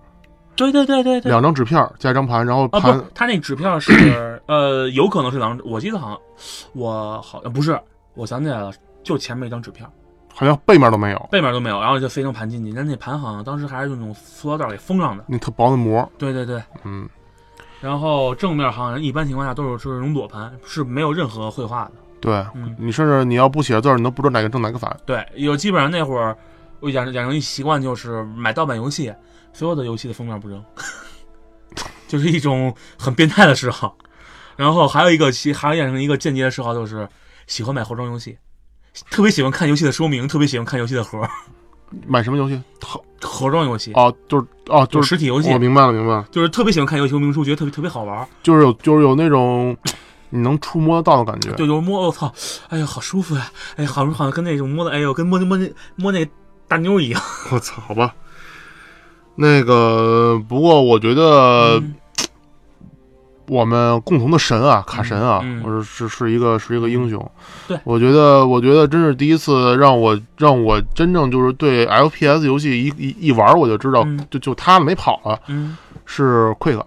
[SPEAKER 3] 对对对对对，
[SPEAKER 2] 两张纸片儿加一张盘，然后
[SPEAKER 3] 啊，不
[SPEAKER 2] 盘
[SPEAKER 3] 是，他那纸票是呃，有可能是两张，我记得好像我好呃像不是，我想起来了，就前面一张纸票，
[SPEAKER 2] 好像背面都没有，
[SPEAKER 3] 背面都没有，然后就飞成盘进去，但那盘好像当时还是用那种塑料袋给封上的。
[SPEAKER 2] 那特薄的膜，
[SPEAKER 3] 对对对，
[SPEAKER 2] 嗯，
[SPEAKER 3] 然后正面好像一般情况下都是就是那种裸盘，是没有任何绘画的。
[SPEAKER 2] 对。
[SPEAKER 3] 嗯，
[SPEAKER 2] 你甚至你要不写字儿，你都不知道哪个正哪个反。
[SPEAKER 3] 对，有基本上那会儿我养养成一习惯就是买盗版游戏，所有的游戏的封面不扔， 就是一种很变态的嗜好。然后还有一个其还养成一个间接的嗜好，就是喜欢买盒装游戏，特别喜欢看游戏的说明，特别喜欢看游戏的盒儿
[SPEAKER 2] 买什么游戏？特
[SPEAKER 3] 盒装游戏，
[SPEAKER 2] 哦，就是哦，
[SPEAKER 3] 就是实体游戏
[SPEAKER 2] 我，明白了，明白了，
[SPEAKER 3] 就是特别喜欢看游戏说明书，觉得特别特别好玩儿，
[SPEAKER 2] 就是有就是有那种你能触摸得到的感觉。
[SPEAKER 3] 就就摸我操，哎呀好舒服呀、哎好好像跟那种摸的，哎呦跟摸那摸那摸那大妞一样。
[SPEAKER 2] 我操，好吧。那个，不过我觉得
[SPEAKER 3] 嗯
[SPEAKER 2] 我们共同的神啊，卡神啊，
[SPEAKER 3] 嗯
[SPEAKER 2] 我是是是一个是一个英雄。
[SPEAKER 3] 对
[SPEAKER 2] 我觉得我觉得真是第一次让我让我真正就是对 FPS 游戏一一一玩我就知道，
[SPEAKER 3] 嗯
[SPEAKER 2] 就就他没跑了，
[SPEAKER 3] 嗯。
[SPEAKER 2] 是 Quick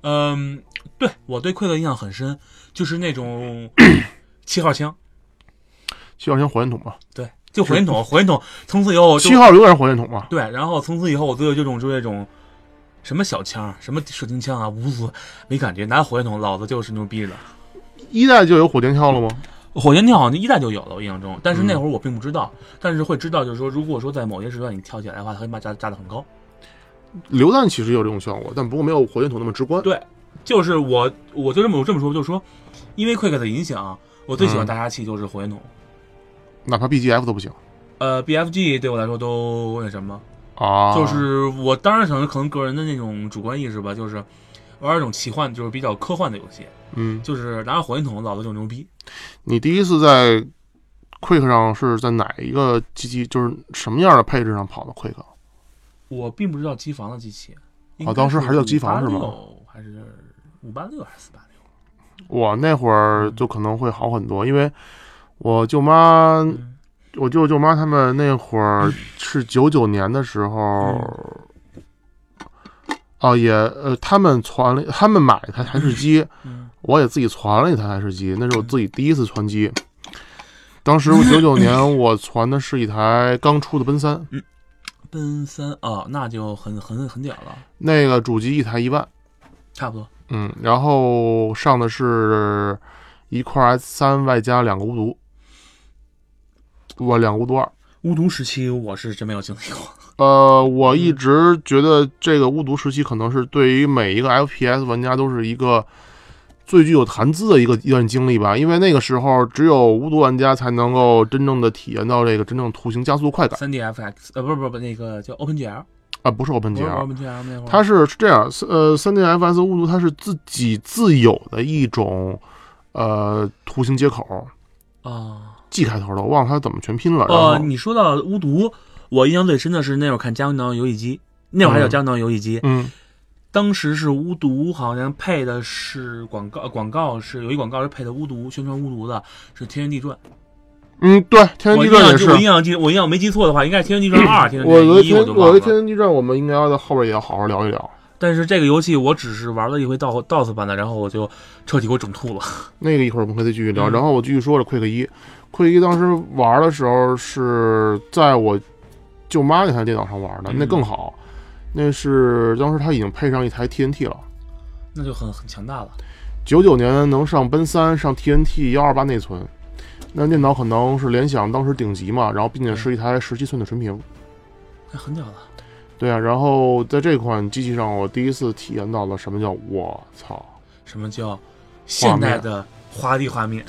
[SPEAKER 3] 嗯，对我对快乐印象很深，就是那 种七号枪，
[SPEAKER 2] 七号枪火箭筒嘛，
[SPEAKER 3] 对，就火箭筒，火箭筒。从此以后我就
[SPEAKER 2] 七号永远是火箭筒嘛，
[SPEAKER 3] 对，然后从此以后我对这种就这种什么小枪、什么射钉枪啊，无所没感觉，拿火箭筒老子就是牛逼的。
[SPEAKER 2] 一代就有火箭跳了吗？
[SPEAKER 3] 火箭跳好像一代就有了，我印象中，但是
[SPEAKER 2] 嗯
[SPEAKER 3] 那会儿我并不知道，但是会知道，就是说，如果说在某些时段你跳起来的话，它会把炸炸得很高。
[SPEAKER 2] 榴弹其实有这种效果，但不过没有火箭筒那么直观。
[SPEAKER 3] 对，就是我我就这么我这么说，就是说，因为 Quick 的影响，我最
[SPEAKER 2] 嗯
[SPEAKER 3] 喜欢大杀器就是火箭筒。
[SPEAKER 2] 哪怕 BGF 都不行
[SPEAKER 3] 呃，BFG 对我来说都那什么，
[SPEAKER 2] 啊，
[SPEAKER 3] 就是我当然可能可能个人的那种主观意识吧，就是玩一种奇幻，就是比较科幻的游戏，
[SPEAKER 2] 嗯，
[SPEAKER 3] 就是拿着火箭筒，老子就牛逼。
[SPEAKER 2] 你第一次在 Quick 上是在哪一个机器，就是什么样的配置上跑的 Quick？
[SPEAKER 3] 我并不知道机房的机器，
[SPEAKER 2] 哦当时还是叫机房是吗
[SPEAKER 3] 586还是五八六还是四八六？
[SPEAKER 2] 我那会儿就可能会好很多，因为我舅妈、
[SPEAKER 3] 嗯
[SPEAKER 2] 我舅舅妈他们那会儿是九九年的时候，
[SPEAKER 3] 嗯
[SPEAKER 2] 哦，也呃，他们传了，他们买了一台台式机，
[SPEAKER 3] 嗯
[SPEAKER 2] 我也自己传了一台台式机，那是我自己第一次传机。当时九九 年我传的是一台刚出的奔三，
[SPEAKER 3] 奔三啊、那就很很很屌了，
[SPEAKER 2] 那个主机一台一万，
[SPEAKER 3] 差不多。
[SPEAKER 2] 嗯，然后上的是一块 S 三外加两个无毒，我两个无毒二。
[SPEAKER 3] 巫毒时期我是真没有经历过，
[SPEAKER 2] 呃，我
[SPEAKER 3] 嗯
[SPEAKER 2] 一直觉得这个巫毒时期可能是对于每一个 FPS 玩家都是一个最具有谈资的一个一段经历吧，因为那个时候只有巫毒玩家才能够真正的体验到这个真正图形加速的快感
[SPEAKER 3] 三 DFX 呃不是不是不是那个叫 OpenGL，
[SPEAKER 2] 啊，不是 Open
[SPEAKER 3] 不是
[SPEAKER 2] GL，
[SPEAKER 3] OpenGL 那会儿，
[SPEAKER 2] 它是是这样，呃，三 DFS 巫毒它是自己自有的一种呃图形接口
[SPEAKER 3] 啊
[SPEAKER 2] ，G 开头的，我忘了它怎么全拼了，然后
[SPEAKER 3] 呃，你说到巫毒，我印象最深的是那会儿看《家用电脑游戏机》，那会儿还有《家用电脑游戏机》
[SPEAKER 2] 嗯
[SPEAKER 3] 当时是巫毒，好像配的是广告，呃广告是有一广告是配的巫毒，宣传巫毒的是《天旋地转》。
[SPEAKER 2] 嗯，对，天
[SPEAKER 3] 我
[SPEAKER 2] 地
[SPEAKER 3] 印
[SPEAKER 2] 转也
[SPEAKER 3] 象记
[SPEAKER 2] 是
[SPEAKER 3] 我。印象记我印象没记错的话，应该是《天旋地转 二》《天
[SPEAKER 2] 我
[SPEAKER 3] 旋
[SPEAKER 2] 的
[SPEAKER 3] 地转一》，我
[SPEAKER 2] 天
[SPEAKER 3] 就，
[SPEAKER 2] 我
[SPEAKER 3] 忘
[SPEAKER 2] 的
[SPEAKER 3] 了。
[SPEAKER 2] 天地转，我们应该要在后边也要好好聊一聊。
[SPEAKER 3] 但是这个游戏我只是玩了一回 DOS DOS 版的，然后我就彻底给我整吐了。
[SPEAKER 2] 那个一会儿我们可以再继续聊。
[SPEAKER 3] 嗯
[SPEAKER 2] 然后我继续说了 Quick 一，Quick 一当时玩的时候是在我舅妈那台电脑上玩的，
[SPEAKER 3] 嗯
[SPEAKER 2] 那更好。那是当时它已经配上一台 TNT 了，
[SPEAKER 3] 那就很很强大了。
[SPEAKER 2] 九九年能上奔三，上 TNT 幺二八内存。那电脑可能是联想当时顶级嘛，然后并且是一台十七寸的纯屏。
[SPEAKER 3] 那很屌了，
[SPEAKER 2] 对啊，然后在这款机器上，我第一次体验到了什么叫我操。
[SPEAKER 3] 什么叫现代的华丽画面？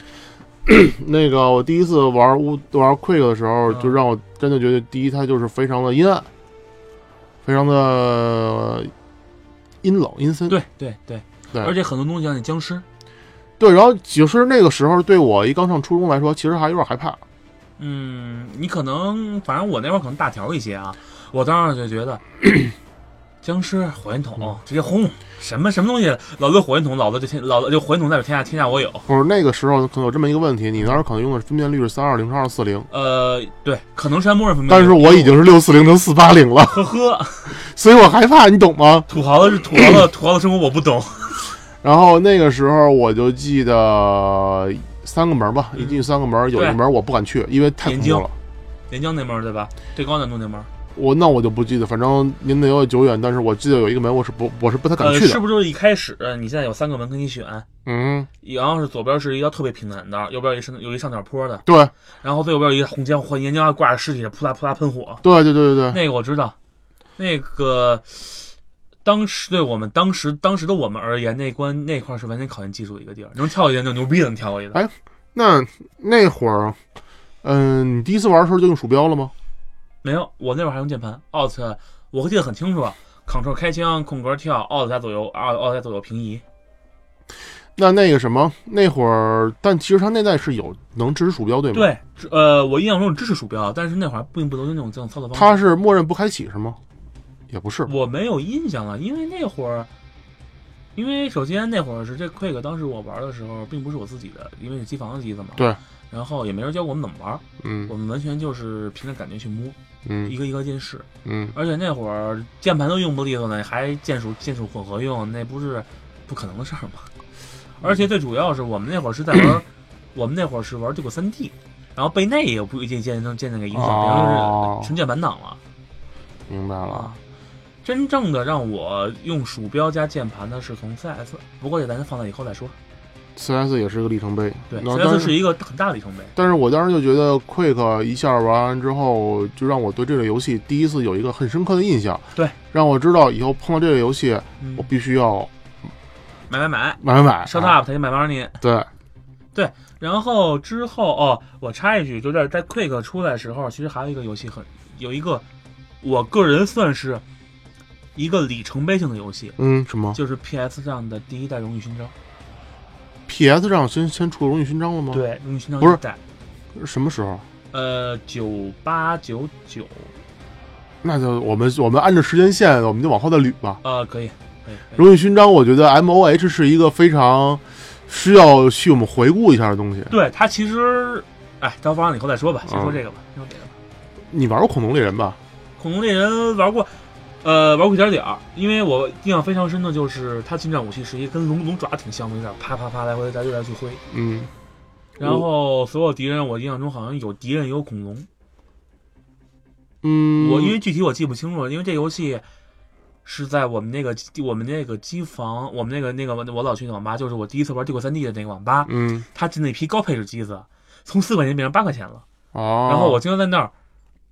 [SPEAKER 2] 那个我第一次玩乌玩 Quick 的时候，
[SPEAKER 3] 嗯
[SPEAKER 2] 就让我真的觉得，第一它就是非常的阴暗，非常的阴冷阴森。
[SPEAKER 3] 对对对，
[SPEAKER 2] 对
[SPEAKER 3] 而且很多东西像那僵尸，
[SPEAKER 2] 对，然后其实那个时候对我一刚上初中来说，其实还有点害怕。
[SPEAKER 3] 嗯，你可能，反正我那会儿可能大条一些啊，我当时就觉得 僵尸、火焰
[SPEAKER 2] 嗯
[SPEAKER 3] 筒直接轰，什么什么东西，老子火焰筒，老子就天，老子就火焰筒代表天下，天下我有。
[SPEAKER 2] 不是那个时候可能有这么一个问题，你当时可能用的分辨率是三二零乘二四零，
[SPEAKER 3] 呃，对，可能是按默认分辨率，
[SPEAKER 2] 但是我已经是六四零乘四八零了，
[SPEAKER 3] 呵呵，
[SPEAKER 2] 所以我害怕，你懂吗？
[SPEAKER 3] 土豪的是土 豪的土豪的生活我不懂。
[SPEAKER 2] 然后那个时候我就记得三个门吧，一进三个门，有一
[SPEAKER 3] 嗯对
[SPEAKER 2] 个门我不敢去，因为太恐
[SPEAKER 3] 眼
[SPEAKER 2] 怖
[SPEAKER 3] 睛
[SPEAKER 2] 了。
[SPEAKER 3] 岩浆那门儿对吧？最高难度那门儿，
[SPEAKER 2] 我那我就不记得，反正年代有点久远，但是我记得有一个门我是不我是不太敢
[SPEAKER 3] 呃，
[SPEAKER 2] 去
[SPEAKER 3] 是
[SPEAKER 2] 的。
[SPEAKER 3] 不是就是一开始你现在有三个门可以选，
[SPEAKER 2] 嗯，
[SPEAKER 3] 然后是左边是一条特别平坦的，右边有一上有一上点坡的，
[SPEAKER 2] 对
[SPEAKER 3] 然后最右边有一个红浆或岩浆挂着尸体，扑啦扑啦喷火。
[SPEAKER 2] 对对对对对，
[SPEAKER 3] 那个我知道，那个当时对我们当时当时的我们而言，那关那块是完全考验技术的一个地儿，能跳一下就牛逼了，能跳过去的。
[SPEAKER 2] 哎那那会儿，嗯、你第一次玩的时候就用鼠标了吗？
[SPEAKER 3] 没有，我那会儿还用键盘，Alt，我记得很清楚，Ctrl 开枪，空格跳，Alt 加左右，Alt Alt 加左右平移。
[SPEAKER 2] 那那个什么，那会儿，但其实它那代是有能支持鼠标对吗？，
[SPEAKER 3] 对，呃，我印象中支持鼠标，但是那会儿并不流行那种这种操作方式。
[SPEAKER 2] 它是默认不开启是吗？也不是，
[SPEAKER 3] 我没有印象了，因为那会儿，因为首先那会儿是这 Quick，当时我玩的时候并不是我自己的，因为是机房的机子嘛。
[SPEAKER 2] 对。
[SPEAKER 3] 然后也没人教我们怎么玩，
[SPEAKER 2] 嗯
[SPEAKER 3] 我们完全就是凭着感觉去摸，一
[SPEAKER 2] 嗯
[SPEAKER 3] 个一个键式。
[SPEAKER 2] 嗯，
[SPEAKER 3] 而且那会儿键盘都用不利索呢，还键鼠键鼠混合用，那不是不可能的事儿吗？而且最主要是我们那会儿是 在玩，我们那会儿是玩这个三 D，然后被那也不一定渐渐渐渐给影响，变成
[SPEAKER 2] 哦
[SPEAKER 3] 是纯键盘党了。
[SPEAKER 2] 明白了。
[SPEAKER 3] 啊，真正的让我用鼠标加键盘的是从 CS，不过也咱放在以后再说。
[SPEAKER 2] CS 也是个里程碑，
[SPEAKER 3] 对
[SPEAKER 2] 然后但
[SPEAKER 3] ，CS 是一个很大的里程碑。
[SPEAKER 2] 但是我当时就觉得 Quick 一下玩完之后，就让我对这个游戏第一次有一个很深刻的印象。
[SPEAKER 3] 对，
[SPEAKER 2] 让我知道以后碰到这个游戏，
[SPEAKER 3] 嗯
[SPEAKER 2] 我，啊必须要
[SPEAKER 3] 买买买
[SPEAKER 2] 买买买。
[SPEAKER 3] ，Shut up，他就买八十年。
[SPEAKER 2] 对，
[SPEAKER 3] 然后之后哦，我插一句，就在在 Quick 出来的时候，其实还有一个游戏很有一个，我个人算是一个里程碑性的游戏，
[SPEAKER 2] 嗯，什么
[SPEAKER 3] 就是 PS 上的第一代荣誉勋章。
[SPEAKER 2] PS 上先先出荣誉勋章了吗？，
[SPEAKER 3] 对，荣誉勋章
[SPEAKER 2] 哦不是
[SPEAKER 3] 一代，
[SPEAKER 2] 什么时候？
[SPEAKER 3] 呃，九八九九，
[SPEAKER 2] 那就我们我们按照时间线，我们就往后再捋吧。
[SPEAKER 3] 呃，可以，
[SPEAKER 2] 荣誉勋章，我觉得 M O H 是一个非常需要去我们回顾一下的东西。
[SPEAKER 3] 对他其实，哎，到放以后再说吧，
[SPEAKER 2] 哦
[SPEAKER 3] 先说这个吧，先说这个吧。
[SPEAKER 2] 你玩过恐龙猎人吧？
[SPEAKER 3] 恐龙猎人玩过，呃，玩过一点点儿，因为我印象非常深的就是他近战武器是一个跟龙龙爪挺像的，有点啪啪啪来回来来去挥。
[SPEAKER 2] 嗯，
[SPEAKER 3] 然后所有敌人，我印象中好像有敌人也有恐龙，
[SPEAKER 2] 嗯，
[SPEAKER 3] 我因为具体我记不清楚了，因为这游戏是在我们那个我们那个机房，我们那个那个我老去那网吧，就是我第一次玩《帝国三 D》的那个网吧，
[SPEAKER 2] 嗯
[SPEAKER 3] 他进了一批高配置机子，从四块钱变成八块钱了。
[SPEAKER 2] 哦，
[SPEAKER 3] 然后我经常在那儿，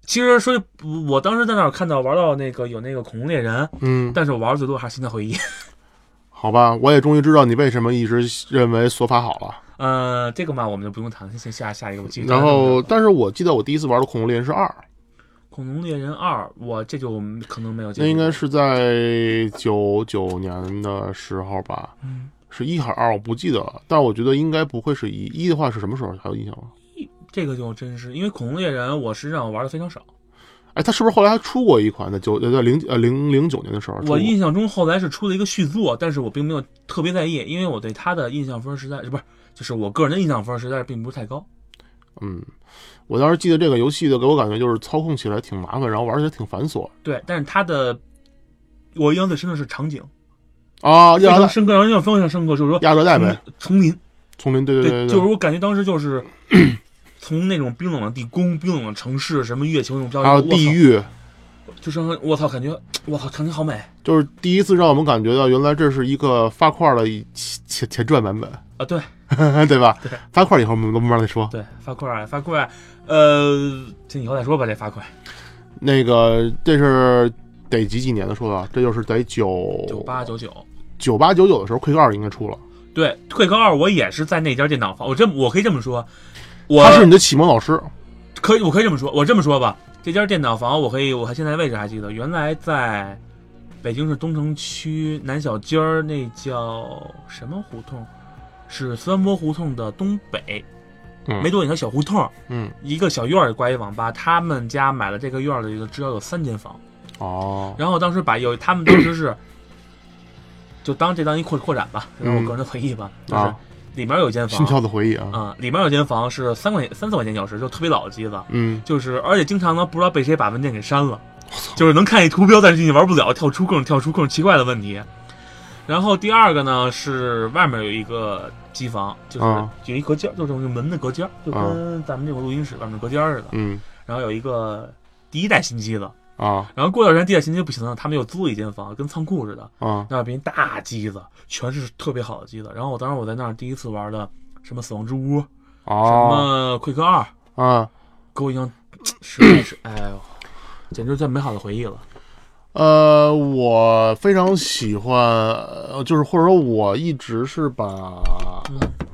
[SPEAKER 3] 其实说句我当时在那儿看到玩到那个有那个恐龙猎人，
[SPEAKER 2] 嗯，
[SPEAKER 3] 但是我玩的最多还是心跳回忆。
[SPEAKER 2] 好吧，我也终于知道你为什么一直认为索法好了。
[SPEAKER 3] 呃，这个嘛我们就不用谈，先下下一个我记得。
[SPEAKER 2] 然后，但是我记得我第一次玩的恐龙猎人是二，
[SPEAKER 3] 恐龙猎人二，我这就可能没有接触。
[SPEAKER 2] 那应该是在九九年的时候吧，
[SPEAKER 3] 嗯
[SPEAKER 2] 是一还是二我不记得了，但我觉得应该不会是一。一的话是什么时候还有印象吗？
[SPEAKER 3] 这个就真是因为恐龙猎人，我实际上玩的非常少。
[SPEAKER 2] 哎，他是不是后来还出过一款在九呃在零呃零零九年的时候出过？
[SPEAKER 3] 我印象中后来是出了一个续作，但是我并没有特别在意，因为我对他的印象分实在不是，就是我个人的印象分实在是并不是太高。
[SPEAKER 2] 嗯，我当时记得这个游戏的给我感觉就是操控起来挺麻烦，然后玩起来挺繁琐
[SPEAKER 3] 对，但是他的我印象最深的是场景，
[SPEAKER 2] 啊。
[SPEAKER 3] 非
[SPEAKER 2] 亚热
[SPEAKER 3] 常
[SPEAKER 2] 带，
[SPEAKER 3] 深刻，让人印象非常深刻，就是说
[SPEAKER 2] 亚热带呗，
[SPEAKER 3] 丛林，
[SPEAKER 2] 丛林，对对对
[SPEAKER 3] 嗯就是我感觉当时就是 从那种冰冷的地宫、冰冷的城市、什么月球那种漂
[SPEAKER 2] 还有
[SPEAKER 3] 流，
[SPEAKER 2] 地狱，
[SPEAKER 3] 我操，就是让人我操，感觉我操，感觉好美。
[SPEAKER 2] 就是第一次让我们感觉到原来这是一个发块的前前传版本，
[SPEAKER 3] 啊，对
[SPEAKER 2] 对吧？
[SPEAKER 3] 对
[SPEAKER 2] 发块以后我们慢慢再说。
[SPEAKER 3] 对，发块啊发块，呃，这以后再说吧，这发块，
[SPEAKER 2] 那个这是得几几年的说的啊？这就是得九
[SPEAKER 3] 九八九九，
[SPEAKER 2] 九八九九的时候，Q 二应该出了。
[SPEAKER 3] 对，退坑二我也是在那家电脑房，我这么我可以这么说，我
[SPEAKER 2] 他是你的启蒙老师，
[SPEAKER 3] 可以我可以这么说，我这么说吧，这家电脑房我可以，我还现在位置还记得，原来在北京市东城区南小街儿那叫什么胡同？是三波胡同的东北，
[SPEAKER 2] 嗯
[SPEAKER 3] 没多远条小胡同，
[SPEAKER 2] 嗯，
[SPEAKER 3] 一个小院儿里挂一网吧，他们家买了这个院儿里的只要有三间房，
[SPEAKER 2] 哦，
[SPEAKER 3] 然后当时把有他们当时是，就当这当一扩扩展吧，然后我
[SPEAKER 2] 嗯
[SPEAKER 3] 个人的回忆吧，就是
[SPEAKER 2] 啊
[SPEAKER 3] 里面有一间
[SPEAKER 2] 心
[SPEAKER 3] 房，
[SPEAKER 2] 跳的回忆啊，
[SPEAKER 3] 啊、里面有间房是三块钱三四块钱一小时，就特别老的机子，
[SPEAKER 2] 嗯，
[SPEAKER 3] 就是而且经常呢不知道被谁把文件给删了，就是能看一图标，但是你玩不了，跳出各种跳出各种奇怪的问题。然后第二个呢是外面有一个机房，就是
[SPEAKER 2] 啊
[SPEAKER 3] 有一隔间，就是用门的隔间，就
[SPEAKER 2] 啊
[SPEAKER 3] 跟咱们这个录音室外面的隔间似的。
[SPEAKER 2] 嗯
[SPEAKER 3] 然后有一个第一代新机子，
[SPEAKER 2] 啊
[SPEAKER 3] 然后过段时间第一代新机不行了，他们又租了一间房，跟仓库似的，
[SPEAKER 2] 啊
[SPEAKER 3] 那边大机子，全是特别好的机子。然后我当时我在那儿第一次玩的什么死亡之屋，什
[SPEAKER 2] 啊
[SPEAKER 3] 么奎克二，
[SPEAKER 2] 啊！
[SPEAKER 3] 给我 印象实在是，哎呦，简直是最美好的回忆了。
[SPEAKER 2] 呃，我非常喜欢，呃就是或者说我一直是把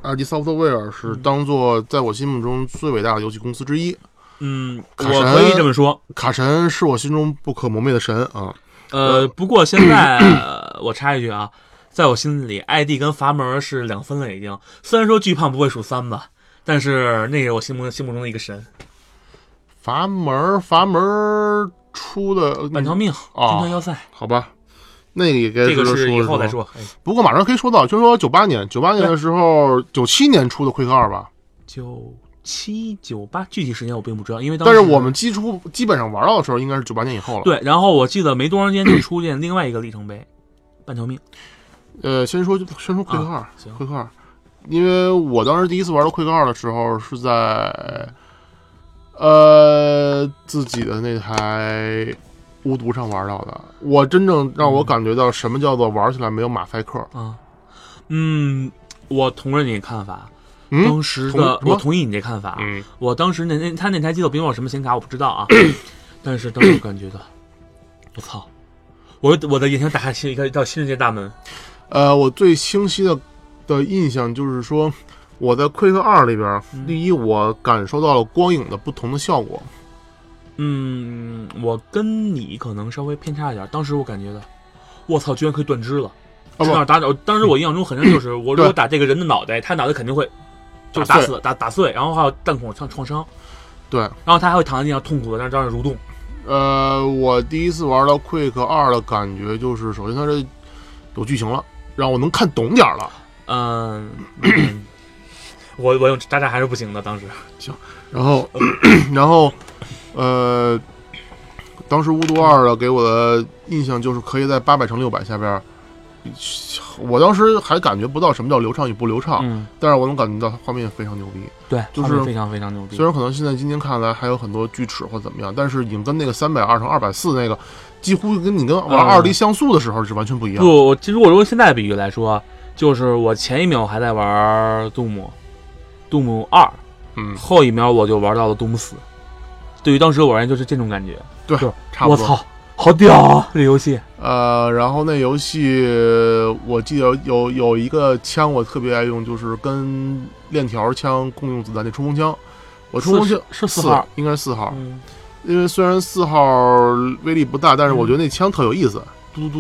[SPEAKER 2] 阿迪 Software 是当做在我心目中最伟大的游戏公司之一。
[SPEAKER 3] 嗯，我
[SPEAKER 2] 卡神
[SPEAKER 3] 可以这么说。
[SPEAKER 2] 卡神是我心中不可磨灭的神啊。
[SPEAKER 3] 呃，不过现在 呃我插一句啊，在我心里，ID 跟阀门是两分了已经。虽然说巨胖不会数三吧，但是那是我心目心目中的一个神。
[SPEAKER 2] 阀门儿，阀门儿出的呃
[SPEAKER 3] 半条命，
[SPEAKER 2] 哦
[SPEAKER 3] 金团要塞，
[SPEAKER 2] 好吧，那个也该
[SPEAKER 3] 哎这个
[SPEAKER 2] 值得
[SPEAKER 3] 是
[SPEAKER 2] 说
[SPEAKER 3] 以
[SPEAKER 2] 一
[SPEAKER 3] 后再
[SPEAKER 2] 说。
[SPEAKER 3] 说。哎
[SPEAKER 2] 不过马上可以说到，就说九八年，九八年的时候，九七年出的《奎克二》吧，
[SPEAKER 3] 九七九八，具体时间我并不知道，因为当
[SPEAKER 2] 但
[SPEAKER 3] 时
[SPEAKER 2] 是我们基础基本上玩到的时候，应该是九八年以后了。，
[SPEAKER 3] 对，然后我记得没多长时间就出现另外一个里程碑，半条命。
[SPEAKER 2] 呃，先说先说《奎克二
[SPEAKER 3] 啊》，行
[SPEAKER 2] 《奎克二》，因为我当时第一次玩到《奎克二》的时候是在，呃，自己的那台。巫毒上玩到的，我真正让
[SPEAKER 3] 嗯
[SPEAKER 2] 我感觉到什么叫做玩起来没有马赛克。
[SPEAKER 3] 啊，嗯，我同意你的看法。
[SPEAKER 2] 嗯
[SPEAKER 3] 当时
[SPEAKER 2] 同
[SPEAKER 3] 的
[SPEAKER 2] 什么
[SPEAKER 3] 我同意你这看法。
[SPEAKER 2] 嗯，
[SPEAKER 3] 我当时那那他那台机子别管什么显卡，我不知道 啊。但是当时感觉到，我操！我我的眼前打开新一个一道新世界大门。
[SPEAKER 2] 呃，我最清晰的的印象就是说，我在《Quick 二》里边儿，
[SPEAKER 3] 嗯
[SPEAKER 2] 第一，我感受到了光影的不同的效果。
[SPEAKER 3] 嗯，我跟你可能稍微偏差一点。当时我感觉到，我操，居然可以断肢了！
[SPEAKER 2] 啊
[SPEAKER 3] 这哪
[SPEAKER 2] 不，
[SPEAKER 3] 儿打倒？当时我印象中很深，就是 我如果
[SPEAKER 2] 对
[SPEAKER 3] 打这个人的脑袋，他脑袋肯定会就
[SPEAKER 2] 打
[SPEAKER 3] 打
[SPEAKER 2] 碎
[SPEAKER 3] 死、打打碎，然后还有弹孔创创伤，
[SPEAKER 2] 对，
[SPEAKER 3] 然后他还会躺在地上痛苦的，但是照样蠕动。
[SPEAKER 2] 呃，我第一次玩到《Quick 二》的感觉就是，首先它这有剧情了，让我能看懂点儿了。
[SPEAKER 3] 嗯， 嗯我我用渣渣还是不行的，当时
[SPEAKER 2] 然后， 然后，呃，当时《巫毒二》的给我的印象就是可以在八百乘六百下边儿，我当时还感觉不到什么叫流畅与不流畅，
[SPEAKER 3] 嗯，
[SPEAKER 2] 但是我能感觉到画面非常牛逼。
[SPEAKER 3] 对，
[SPEAKER 2] 就是
[SPEAKER 3] 画面非常非常牛逼
[SPEAKER 2] 虽。然可能现在今天看来还有很多锯齿或怎么样，但是已经跟那个三百二乘二百四那个，几乎跟你跟玩
[SPEAKER 3] 嗯
[SPEAKER 2] 二 D 像素的时候是完全不一样。
[SPEAKER 3] 不，我其实我用现在比喻来说，就是我前一秒还在玩杜姆，杜姆二，
[SPEAKER 2] 嗯，
[SPEAKER 3] 后一秒我就玩到了杜姆四。对于当时我而言，就是这种感觉。
[SPEAKER 2] 对
[SPEAKER 3] 就是，
[SPEAKER 2] 差不
[SPEAKER 3] 我
[SPEAKER 2] 多。
[SPEAKER 3] 操，好屌啊！这游戏，
[SPEAKER 2] 呃，然后那游戏我记得有有一个枪我特别爱用，就是跟链条枪共用子弹那冲锋枪。我冲锋枪
[SPEAKER 3] 是是四号，
[SPEAKER 2] 应该是四号，
[SPEAKER 3] 嗯，
[SPEAKER 2] 因为虽然四号威力不大，但是我觉得那枪特有意思，嘟嘟嘟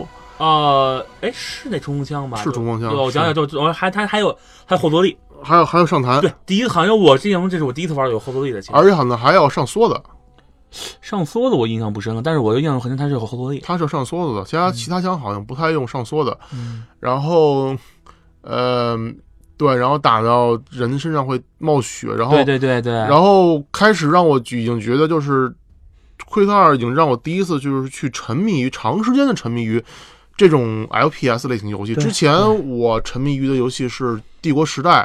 [SPEAKER 2] 嘟
[SPEAKER 3] 呃，哎，是那冲锋枪吧？
[SPEAKER 2] 嘟，是冲锋枪。
[SPEAKER 3] 对，我想想，
[SPEAKER 2] 是，
[SPEAKER 3] 就就还它还有还有后坐力，
[SPEAKER 2] 还有还有上弹，
[SPEAKER 3] 对，第一好像我之前这是我第一次玩有后坐力的枪，
[SPEAKER 2] 而且好像还有上梭子，
[SPEAKER 3] 上梭子我印象不深了，但是我就印象很深，它是有后坐力。
[SPEAKER 2] 它是有上梭子的，其他其他枪好像不太用上梭的。
[SPEAKER 3] 嗯，
[SPEAKER 2] 然后，呃，对，然后打到人身上会冒血，然后
[SPEAKER 3] 对对对对，
[SPEAKER 2] 哦然后开始让我已经觉得就是《奎特二》已经让我第一次就是去沉迷于长时间的沉迷于这种 FPS 类型游戏。
[SPEAKER 3] 对
[SPEAKER 2] 之前我沉迷于的游戏是《帝国时代》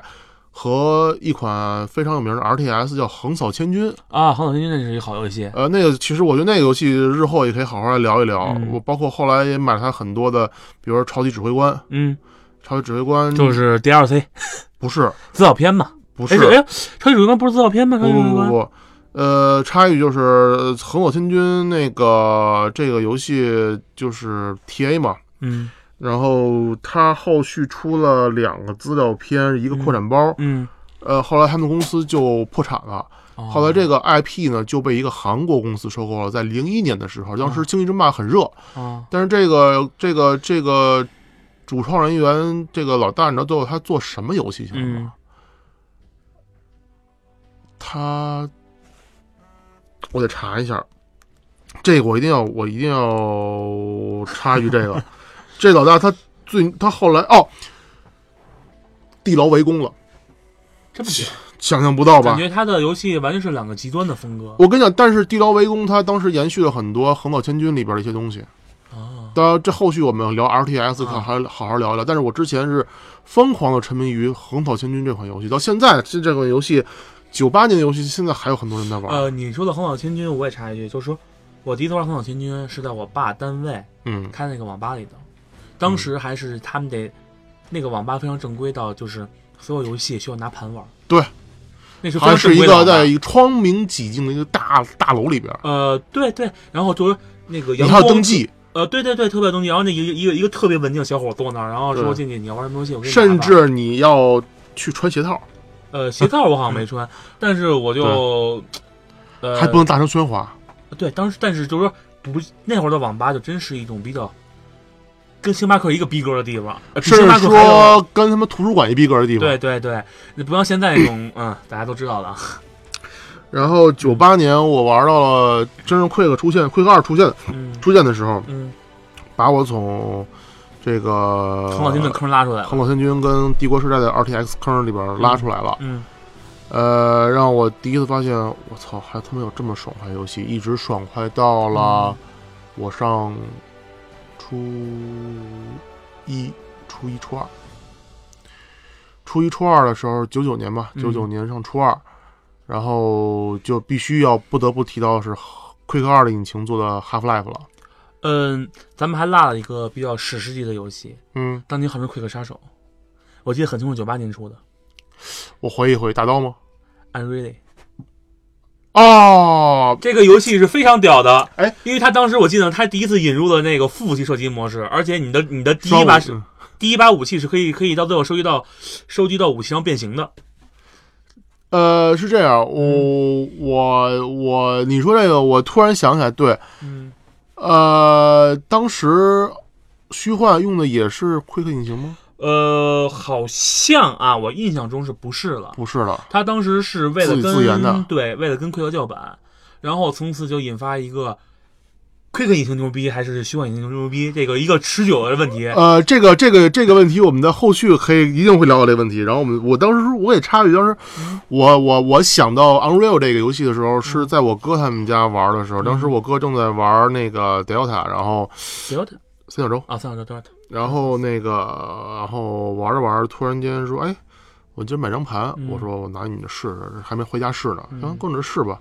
[SPEAKER 2] 和一款非常有名的 RTS 叫《横扫千军》。
[SPEAKER 3] 啊，《航海军》那是一个好游戏，
[SPEAKER 2] 呃，那个其实我觉得那个游戏日后也可以好好来聊一聊。
[SPEAKER 3] 嗯
[SPEAKER 2] 我包括后来也买了它很多的，比如说《超级指挥官》。《
[SPEAKER 3] 嗯，
[SPEAKER 2] 超级指挥官》
[SPEAKER 3] 就是 DLC
[SPEAKER 2] 不是
[SPEAKER 3] 哎资料片嘛，
[SPEAKER 2] 嗯不
[SPEAKER 3] 哎
[SPEAKER 2] 是
[SPEAKER 3] 是哎，超级主官不是资料片吗？超
[SPEAKER 2] 不
[SPEAKER 3] 级
[SPEAKER 2] 不
[SPEAKER 3] 主
[SPEAKER 2] 不
[SPEAKER 3] 官
[SPEAKER 2] 不，呃，插一句就是呃《横扫千军》那个这个游戏就是 T A 嘛，
[SPEAKER 3] 嗯
[SPEAKER 2] 然后它后续出了两个资料片，一个扩展包，
[SPEAKER 3] 嗯，
[SPEAKER 2] 呃，后来他们公司就破产了，
[SPEAKER 3] 哦
[SPEAKER 2] 后来这个 I P 呢就被一个韩国公司收购了，在零一年的时候，当
[SPEAKER 3] 哦
[SPEAKER 2] 时《星际争霸》很热，
[SPEAKER 3] 啊，
[SPEAKER 2] 但是这个这个这个主创人员这个老大，你知道最后他做什么游戏去了吗？
[SPEAKER 3] 嗯
[SPEAKER 2] 他，我得查一下，这个我一定要，我一定要插一句， 这个，这老大他最他后来哦，地牢围攻了，
[SPEAKER 3] 这不行，
[SPEAKER 2] 想象不到吧
[SPEAKER 3] 感？觉他的游戏完全是两个极端的风格
[SPEAKER 2] 我跟你讲，但是地牢围攻它当时延续了很多《横扫千军》里边的一些东西。
[SPEAKER 3] 啊，
[SPEAKER 2] 当然，这后续我们聊 RTS 看
[SPEAKER 3] 啊
[SPEAKER 2] 还好好聊一聊。但是我之前是疯狂的沉迷于《横扫千军》这款游戏，到现在这这款游戏，九八年的游戏，现在还有很多人在玩。
[SPEAKER 3] 呃，你说的《横扫千军》，我也插一句，就是说我第一次玩《横扫千军》是在我爸单位
[SPEAKER 2] 嗯
[SPEAKER 3] 开那个网吧里的，当时还是他们得那个网吧非常正规到就是所有游戏需要拿盘玩，
[SPEAKER 2] 对，
[SPEAKER 3] 那是非
[SPEAKER 2] 还
[SPEAKER 3] 常
[SPEAKER 2] 是
[SPEAKER 3] 正
[SPEAKER 2] 一
[SPEAKER 3] 规的
[SPEAKER 2] 个
[SPEAKER 3] 网吧
[SPEAKER 2] 在一个窗明几净的一个大大楼里边，
[SPEAKER 3] 呃，对对，然后就是那个
[SPEAKER 2] 你
[SPEAKER 3] 阳
[SPEAKER 2] 还要
[SPEAKER 3] 光
[SPEAKER 2] 登，记，
[SPEAKER 3] 呃，对对对，特别登记。然后那一个一个一个特别文静的小伙坐那儿，然后说
[SPEAKER 2] 对
[SPEAKER 3] 进去你要玩什么游戏，我给你拿
[SPEAKER 2] 甚
[SPEAKER 3] 吧
[SPEAKER 2] 至你要去穿鞋套，
[SPEAKER 3] 呃鞋套我好像没穿，但是我就呃
[SPEAKER 2] 嗯还不能大声喧哗。
[SPEAKER 3] 对，当时但是就是说不那会儿的网吧就真是一种比较跟星巴克一个逼格的地方，呃比
[SPEAKER 2] 甚
[SPEAKER 3] 星巴
[SPEAKER 2] 至
[SPEAKER 3] 克还要
[SPEAKER 2] 说跟他们图书馆一逼格的地方。
[SPEAKER 3] 对对对，你不像现在那种嗯大家都知道 的，
[SPEAKER 2] 然后九八年我玩到了真正 Quick 出现，Quick 二出现
[SPEAKER 3] 嗯
[SPEAKER 2] 出现的时候，
[SPEAKER 3] 嗯，
[SPEAKER 2] 把我从这个
[SPEAKER 3] 很好听的坑拉出来了，
[SPEAKER 2] 横扫千军跟帝国时代的 RTX 坑里边拉出来了。
[SPEAKER 3] 嗯
[SPEAKER 2] 呃，让我第一次发现，我操，还他妈有这么爽快的游戏，一直爽快到
[SPEAKER 3] 嗯
[SPEAKER 2] 了我上初一、初一、初二。初一、初二的时候，九九年吧，
[SPEAKER 3] 嗯
[SPEAKER 2] 九九年上初二，然后就必须要不得不提到的是《Quick 二》的引擎做的《Half Life》了。
[SPEAKER 3] 嗯，咱们还落了一个比较史诗级的游戏，
[SPEAKER 2] 嗯，
[SPEAKER 3] 当年好像是《奎克杀手》，我记得很清楚，九八年出的
[SPEAKER 2] 我回忆回，打到吗？
[SPEAKER 3] 《Unreal》
[SPEAKER 2] 哦，
[SPEAKER 3] 这个游戏是非常屌的。
[SPEAKER 2] 哎，
[SPEAKER 3] 因为他当时我记得他第一次引入了那个副武器射击模式，而且你的你的第一
[SPEAKER 2] 双
[SPEAKER 3] 把
[SPEAKER 2] 武
[SPEAKER 3] 是第一把武器是可以可以到最后收集到收集到武器上变形的。
[SPEAKER 2] 呃，是这样，我、我我，你说这个，我突然想起来，对，
[SPEAKER 3] 嗯，
[SPEAKER 2] 呃，当时虚幻用的也是奎克引擎吗？
[SPEAKER 3] 呃，好像啊，我印象中是不是了？
[SPEAKER 2] 不是了，
[SPEAKER 3] 他当时是为了
[SPEAKER 2] 自己
[SPEAKER 3] 跟
[SPEAKER 2] 自研的
[SPEAKER 3] 对，为了跟奎克叫板，然后从此就引发一个 Quick 引擎牛逼还是虚幻引擎牛逼？这个一个持久的问题。
[SPEAKER 2] 呃，这个这个这个问题，我们在后续可以一定会聊到这个问题。然后我们，我当时我也插一句，当时我我我想到 Unreal 这个游戏的时候，是在我哥他们家玩的时候，当时我哥正在玩那个 Delta，然后
[SPEAKER 3] Delta
[SPEAKER 2] 三角洲，
[SPEAKER 3] 啊，算了，等会儿等会儿
[SPEAKER 2] 然后那个然后玩着玩着，突然间说，哎，我今儿买张盘，
[SPEAKER 3] 嗯
[SPEAKER 2] 我说我拿你的试试，还没回家试呢，行，跟我这试吧。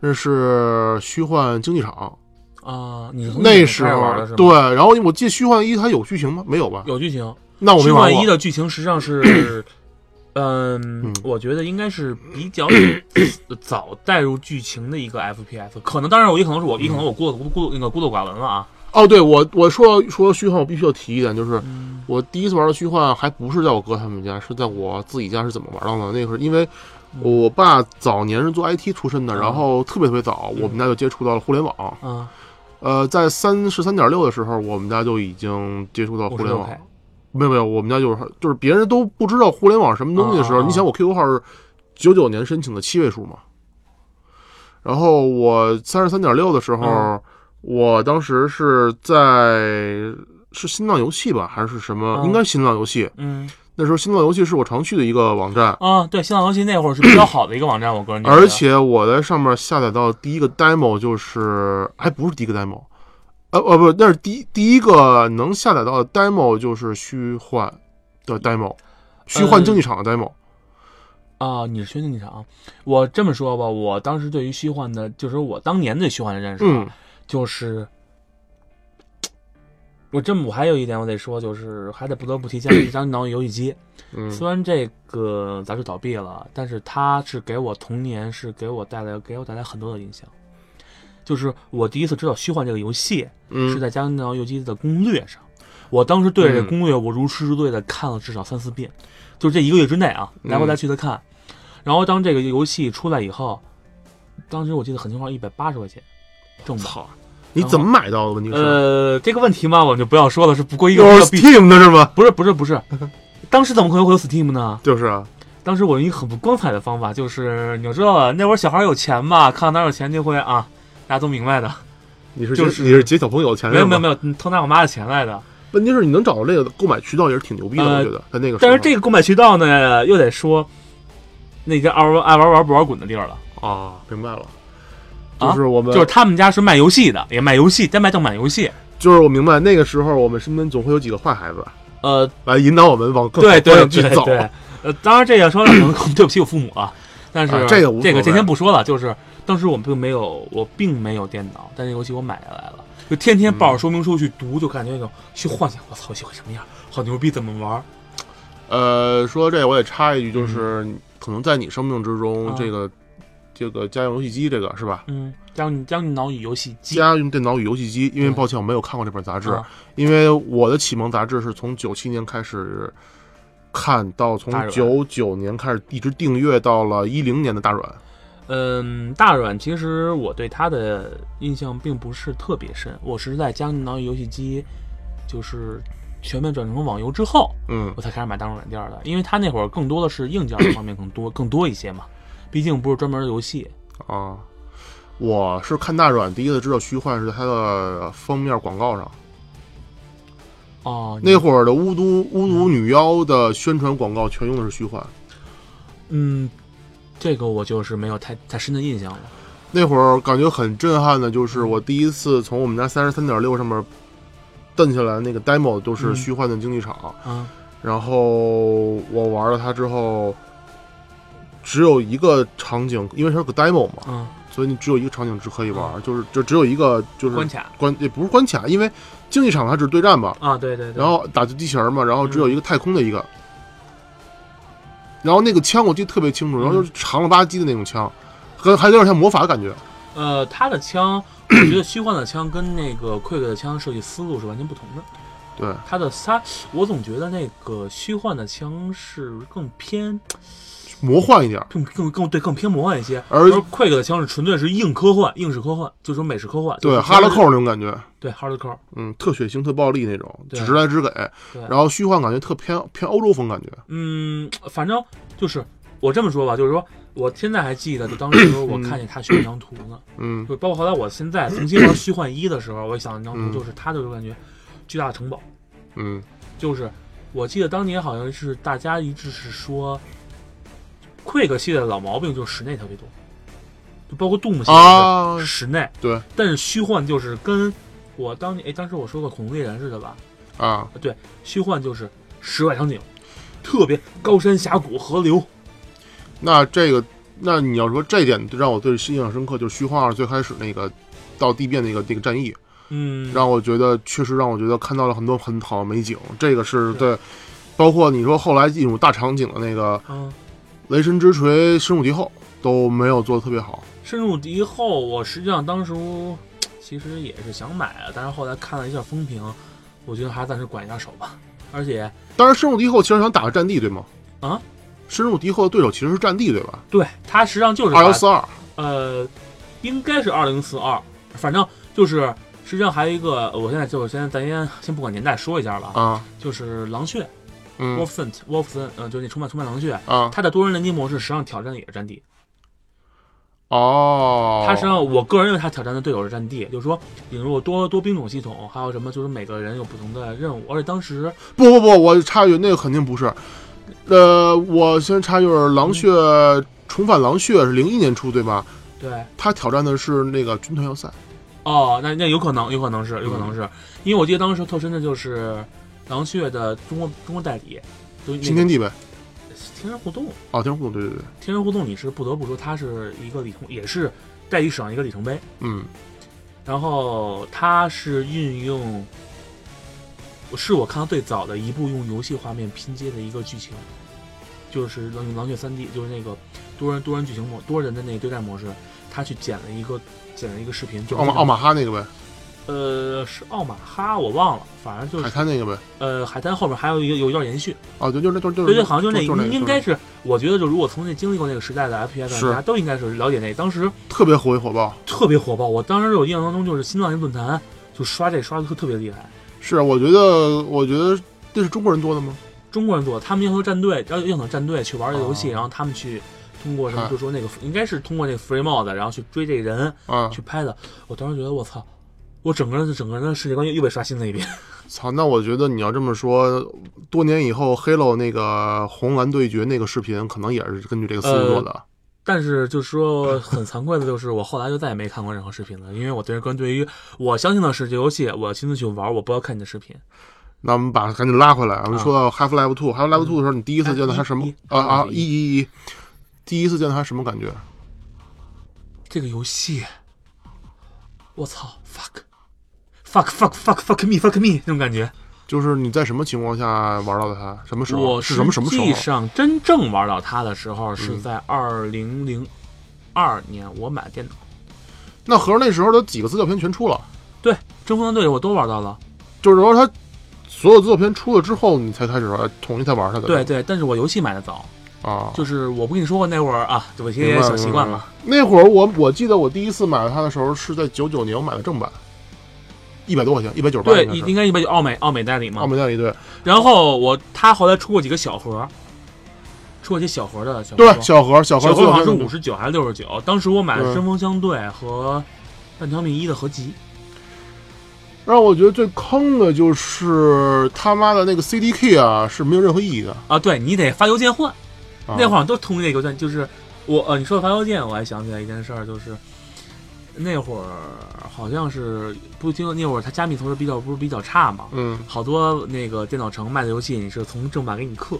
[SPEAKER 2] 这是虚幻竞技场，
[SPEAKER 3] 啊，你是从
[SPEAKER 2] 那
[SPEAKER 3] 哪
[SPEAKER 2] 时
[SPEAKER 3] 开始
[SPEAKER 2] 候
[SPEAKER 3] 玩的是吗？
[SPEAKER 2] 对，，然后我记得虚幻一它有剧情吗？没有吧？
[SPEAKER 3] 有剧情。
[SPEAKER 2] 那我没
[SPEAKER 3] 虚
[SPEAKER 2] 玩
[SPEAKER 3] 幻
[SPEAKER 2] 过
[SPEAKER 3] 一。的剧情实际 上是，嗯，我觉得应该是比较早 带入剧情的一个 FPS，可能当然我也可能
[SPEAKER 2] 嗯
[SPEAKER 3] 是我，也可能我孤孤孤那个孤陋寡闻了啊。
[SPEAKER 2] 哦，对我我说到说到虚幻，我必须要提一点，就是
[SPEAKER 3] 嗯
[SPEAKER 2] 我第一次玩到虚幻，还不是在我哥他们家，是在我自己家是怎么玩到的？那会儿因为
[SPEAKER 3] 嗯
[SPEAKER 2] 我爸早年是做 IT 出身的，然后特别特别早，我们家就接触到了互联网。
[SPEAKER 3] 啊，
[SPEAKER 2] 呃，在三十三点六的时候，我们家就已经接触到互联网
[SPEAKER 3] 56 K。
[SPEAKER 2] 没有没有，我们家就是就是别人都不知道互联网什么东西的时候，
[SPEAKER 3] 啊啊啊
[SPEAKER 2] 你想我 QQ 号是九九年申请的七位数嘛，然后我三十三点六的时候，
[SPEAKER 3] 嗯
[SPEAKER 2] 我当时是在是新浪游戏吧还是什么？
[SPEAKER 3] 嗯
[SPEAKER 2] 应该是新浪游戏。
[SPEAKER 3] 嗯
[SPEAKER 2] 那时候新浪游戏是我常去的一个网站，
[SPEAKER 3] 啊，对，新浪游戏那会儿是比较好的一个网站，我个人觉得。
[SPEAKER 2] 而且我在上面下载到第一个 demo 就是还不是第一个 demo。呃呃不，那是第一第一个能下载到的 demo 就是虚幻的 demo，虚幻
[SPEAKER 3] 嗯
[SPEAKER 2] 竞技场的 demo。
[SPEAKER 3] 啊，你是虚拟剧场。我这么说吧，我当时对于虚幻的，就是我当年对虚幻的认识啊，
[SPEAKER 2] 嗯
[SPEAKER 3] 就是我这么，我还有一点我得说，就是还得不得不提一下一张脑游戏机。
[SPEAKER 2] 嗯
[SPEAKER 3] 虽然这个杂志倒闭了，但是它是给我童年是给我带来给我带来很多的影响。就是我第一次知道虚幻这个游戏是
[SPEAKER 2] 嗯，
[SPEAKER 3] 在《江南游记》的攻略上，我当时对这
[SPEAKER 2] 嗯
[SPEAKER 3] 攻略我如痴如醉的看了至少三四遍，就这一个月之内啊，
[SPEAKER 2] 嗯
[SPEAKER 3] 来回来去的看。然后当这个游戏出来以后，当时我记得很清楚，一百八十块钱正版。
[SPEAKER 2] 操，你怎么买到的？问题是
[SPEAKER 3] 呃，这个问题嘛，我们就不要说了，是不过一个
[SPEAKER 2] 有
[SPEAKER 3] 必
[SPEAKER 2] Steam 的是吗？
[SPEAKER 3] 不是不是不是， 当时怎么可能会有 Steam 呢？
[SPEAKER 2] 就是啊，
[SPEAKER 3] 当时我用一个很不光彩的方法，就是你要知道啊，那会儿小孩有钱嘛，看到哪有钱就会啊，大家都明白的。
[SPEAKER 2] 你是
[SPEAKER 3] 就
[SPEAKER 2] 借
[SPEAKER 3] 是
[SPEAKER 2] 你是劫小朋友的钱
[SPEAKER 3] 没有没有
[SPEAKER 2] 哎有。
[SPEAKER 3] 没有，偷拿我妈的钱来的。
[SPEAKER 2] 问题是你能找到这个购买渠道也是挺牛逼的，
[SPEAKER 3] 呃
[SPEAKER 2] 我觉得在那个时候。
[SPEAKER 3] 但是这个购买渠道呢，又得说那家爱玩爱玩玩不玩滚的地儿了。
[SPEAKER 2] 啊，明白了，
[SPEAKER 3] 啊
[SPEAKER 2] 就是我们
[SPEAKER 3] 就是他们家是卖游戏的，也卖游戏，单卖正版游戏。
[SPEAKER 2] 就是我明白那个时候我们身边总会有几个坏孩子
[SPEAKER 3] 呃，
[SPEAKER 2] 来引导我们往更好的
[SPEAKER 3] 对对
[SPEAKER 2] 方向去
[SPEAKER 3] 对
[SPEAKER 2] 走。
[SPEAKER 3] 对，呃，当然这个说了可能对不起我父母啊，但是、
[SPEAKER 2] 啊这个无所谓
[SPEAKER 3] 这个这先不说了，就是当时我并没有我并没有电脑，但是游戏我买下来了，就天天
[SPEAKER 2] 嗯
[SPEAKER 3] 抱着说明书去读，就感觉那种去幻想，我操，游戏会什么样，好牛逼，怎么玩？
[SPEAKER 2] 呃，说这个我也插一句，就是可能在你生命之中
[SPEAKER 3] 嗯啊，
[SPEAKER 2] 这个这个家用游戏机这个是吧？
[SPEAKER 3] 嗯，将你将你脑与游戏机
[SPEAKER 2] 家用电脑与游戏机，因为
[SPEAKER 3] 对
[SPEAKER 2] 抱歉我没有看过这本杂志，
[SPEAKER 3] 啊
[SPEAKER 2] 因为我的启蒙杂志是从九七年开始看到，从
[SPEAKER 3] 大软
[SPEAKER 2] 九九年开始一直订阅到了一零年的大软。
[SPEAKER 3] 嗯，大软其实我对他的印象并不是特别深，我是在将你脑与游戏机就是全面转成网游之后，
[SPEAKER 2] 嗯
[SPEAKER 3] 我才开始买大众软件儿的，因为他那会儿更多的是硬件儿方面更多更多一些嘛，毕竟不是专门的游戏。
[SPEAKER 2] 啊，我是看大软第一次知道虚幻是在它的封面广告上，
[SPEAKER 3] 哦，
[SPEAKER 2] 那会儿的巫毒巫毒女妖的宣传广告全用的是虚幻。
[SPEAKER 3] 嗯，这个我就是没有太太深的印象了。
[SPEAKER 2] 那会儿感觉很震撼的，就是
[SPEAKER 3] 嗯
[SPEAKER 2] 我第一次从我们家三十三点六上面蹬下来那个 demo，都是
[SPEAKER 3] 嗯
[SPEAKER 2] 虚幻的竞技场。
[SPEAKER 3] 啊，
[SPEAKER 2] 然后我玩了它之后，只有一个场景，因为它是个 demo 嘛，
[SPEAKER 3] 嗯，
[SPEAKER 2] 所以你只有一个场景只可以玩，就是就只有一个就是
[SPEAKER 3] 关卡
[SPEAKER 2] 关也不是关卡，因为竞技场它只是对战嘛，
[SPEAKER 3] 啊，对对对。
[SPEAKER 2] 然后打机器人嘛，然后只
[SPEAKER 3] 嗯
[SPEAKER 2] 有一个太空的一个，然后那个枪我记得特别清楚，然
[SPEAKER 3] 嗯
[SPEAKER 2] 后就是长了吧唧的那种枪，跟还有点像魔法的感觉，
[SPEAKER 3] 呃，他的枪，我觉得虚幻的枪跟那个 Quick 的枪设计思路是完全不同的。
[SPEAKER 2] 对，
[SPEAKER 3] 他的他，我总觉得那个虚幻的枪是更偏
[SPEAKER 2] 魔幻一点。
[SPEAKER 3] 更更更对更偏魔幻一些，
[SPEAKER 2] 而
[SPEAKER 3] Quick 的枪是纯粹是硬科幻、硬式科幻，就是说美式科幻，
[SPEAKER 2] 对，
[SPEAKER 3] 就是
[SPEAKER 2] 哈拉扣那种感觉，
[SPEAKER 3] 对 hardcore，
[SPEAKER 2] 嗯，特血腥、特暴力那种，
[SPEAKER 3] 对
[SPEAKER 2] 直来直给。
[SPEAKER 3] 对
[SPEAKER 2] 然后虚幻感觉特偏偏欧洲风感觉，
[SPEAKER 3] 嗯，反正就是我这么说吧，就是说我现在还记得，就当时我看见他选一张图呢，
[SPEAKER 2] 嗯
[SPEAKER 3] 就包括后来我现在重新玩虚幻一的时候，我想一张图就是他就是感觉巨大的城堡，
[SPEAKER 2] 嗯
[SPEAKER 3] 就是我记得当年好像是大家一致是说，Quick 系列的老毛病就是室内特别多，就包括 Doom 系列
[SPEAKER 2] 啊
[SPEAKER 3] 也是室内，
[SPEAKER 2] 对
[SPEAKER 3] 但是虚幻就是跟我当年哎当时我说过恐龙猎人似的吧，
[SPEAKER 2] 啊，
[SPEAKER 3] 对，虚幻就是室外场景，特别高山峡谷河流，
[SPEAKER 2] 那这个那你要说这点让我最印象深刻，就是虚幻二最开始那个到地变那个那个战役，
[SPEAKER 3] 嗯，
[SPEAKER 2] 让我觉得确实让我觉得看到了很多很好的美景，这个是对，包括你说后来进入大场景的那个
[SPEAKER 3] 嗯，
[SPEAKER 2] 雷神之锤深入敌后都没有做的特别好，
[SPEAKER 3] 深入敌后，我实际上当时候其实也是想买的，但是后来看了一下风评，我觉得还是暂时管一下手吧。而且
[SPEAKER 2] 当然深入敌后其实想打个战地对吗？
[SPEAKER 3] 啊，
[SPEAKER 2] 深入敌后的对手其实是战地对吧？
[SPEAKER 3] 对它实际上就是
[SPEAKER 2] 二
[SPEAKER 3] 把
[SPEAKER 2] 幺四二，
[SPEAKER 3] 呃，应该是二零四二，反正就是实际上还有一个，我现在就先咱先先不管年代说一下吧，
[SPEAKER 2] 啊，
[SPEAKER 3] 就是狼血
[SPEAKER 2] 嗯
[SPEAKER 3] Wolfson Wolfson，呃，就是那出卖出卖狼血，
[SPEAKER 2] 啊，
[SPEAKER 3] 它的多人联机模式实际上挑战的也是战地，
[SPEAKER 2] 哦，
[SPEAKER 3] 它实际上我个人认为它挑战的队友是战地，就是说引入多多兵种系统，还有什么就是每个人有不同的任务，而且当时
[SPEAKER 2] 不不不，我插一句，那个肯定不是。呃，我先插一句，狼血、重返狼血是零一年出对吧？
[SPEAKER 3] 对
[SPEAKER 2] 他挑战的是那个军团要塞，
[SPEAKER 3] 哦，那那有可能，有可能是，有可能是，因为我记得当时特深的就是狼血的中国中国代理，就是
[SPEAKER 2] 新
[SPEAKER 3] 那
[SPEAKER 2] 天
[SPEAKER 3] 个
[SPEAKER 2] 地呗。
[SPEAKER 3] 天然互动。
[SPEAKER 2] 哦，天空，对对对，
[SPEAKER 3] 天人互动，你是不得不说它是一个里程，也是代理史上一个里程碑。
[SPEAKER 2] 嗯
[SPEAKER 3] 然后它是运用，是我看到最早的一部用游戏画面拼接的一个剧情，就是《狼狼血三 D》，就是那个多人多人剧情模多人的那个对战模式，他去剪了一个剪了一个视频，
[SPEAKER 2] 就
[SPEAKER 3] 就是
[SPEAKER 2] 奥马奥马哈那个呗，
[SPEAKER 3] 呃是奥马哈我忘了，反正就
[SPEAKER 2] 海
[SPEAKER 3] 是
[SPEAKER 2] 滩那个呗。
[SPEAKER 3] 呃海滩后面还有一个有一段延续，
[SPEAKER 2] 哦，对，就是那，就是
[SPEAKER 3] 对对，好像就是
[SPEAKER 2] 就
[SPEAKER 3] 那，
[SPEAKER 2] 是
[SPEAKER 3] 应该，
[SPEAKER 2] 就是
[SPEAKER 3] 我觉得就如果从那经历过那个时代的 FPS 玩
[SPEAKER 2] 是
[SPEAKER 3] 家，都应该是了解那。当时
[SPEAKER 2] 那特别活跃火爆。
[SPEAKER 3] 特别火爆，我当时有印象当中就是新浪一个论坛就刷这刷的特特别厉害。
[SPEAKER 2] 是，啊我觉得，我觉得这是中国人多的吗？
[SPEAKER 3] 中国人做，他们要求战队，要要求战队去玩这个游戏，
[SPEAKER 2] 哦
[SPEAKER 3] 然后他们去通过什么，
[SPEAKER 2] 看
[SPEAKER 3] 就说那个应该是通过那个 free mod，然后去追这个人
[SPEAKER 2] 啊，
[SPEAKER 3] 去拍的。我当时觉得我操，我整个人整个人的世界观又又被刷新了一遍。
[SPEAKER 2] 操！那我觉得你要这么说，多年以后 Halo 那个红蓝对决那个视频，可能也是根据这个思路做的。
[SPEAKER 3] 呃但是就是说，很惭愧的就是，我后来就再也没看过任何视频了，因为我对个人对于我相信的是这游戏，我亲自去玩，我不要看你的视频。
[SPEAKER 2] 那我们把赶紧拉回来，我们说到 Half Life Two、Half Life Two 的时候，你第一次见到它什么
[SPEAKER 3] 啊一？
[SPEAKER 2] 啊啊，
[SPEAKER 3] 一
[SPEAKER 2] 一一一，第一次见到它什么感觉？
[SPEAKER 3] 这个游戏，我操，fuck，fuck fuck fuck fuck me fuck me 那种感觉。
[SPEAKER 2] 就是你在什么情况下玩到的它？什么时候？
[SPEAKER 3] 我
[SPEAKER 2] 是什么什么时
[SPEAKER 3] 实际
[SPEAKER 2] 候？啊
[SPEAKER 3] 上真正玩到它的时候是在二零零二年，我买电脑，
[SPEAKER 2] 那合着那时候的几个资料片全出了，
[SPEAKER 3] 对《征服战队》我都玩到了。
[SPEAKER 2] 就是说它所有资料片出了之后，你才开始哎玩，统一才玩它的。
[SPEAKER 3] 对对，但是我游戏买的早，
[SPEAKER 2] 啊，
[SPEAKER 3] 就是我不跟你说过那会儿啊，有一
[SPEAKER 2] 明
[SPEAKER 3] 些
[SPEAKER 2] 白
[SPEAKER 3] 小习惯
[SPEAKER 2] 明白
[SPEAKER 3] 嘛。
[SPEAKER 2] 那会儿我我记得我第一次买它的时候是在九九年，我买的正版，一百多块钱，一百九十八。
[SPEAKER 3] 对，应该一般就奥美奥美代理
[SPEAKER 2] 澳
[SPEAKER 3] 嘛。
[SPEAKER 2] 门代理对
[SPEAKER 3] 然后我他后来出过几个小盒，出过一些小盒的小盒
[SPEAKER 2] 对，小盒小盒
[SPEAKER 3] 小盒好像是
[SPEAKER 2] 最
[SPEAKER 3] 五十九还是六十九？当时我买的
[SPEAKER 2] 对
[SPEAKER 3] 《针锋相对》和《半条命一》的合集。
[SPEAKER 2] 让我觉得最坑的就是他妈的那个 CD key 啊，是没有任何意义的。
[SPEAKER 3] 啊，对你得发邮件换，
[SPEAKER 2] 啊
[SPEAKER 3] 那会儿都通那邮件，就是我呃，你说发邮件，我还想起来一件事儿，就是那会儿好像是不听那会儿他加密同时比较不是比较差嘛，
[SPEAKER 2] 嗯
[SPEAKER 3] 好多那个电脑城卖的游戏，你是从正版给你刻，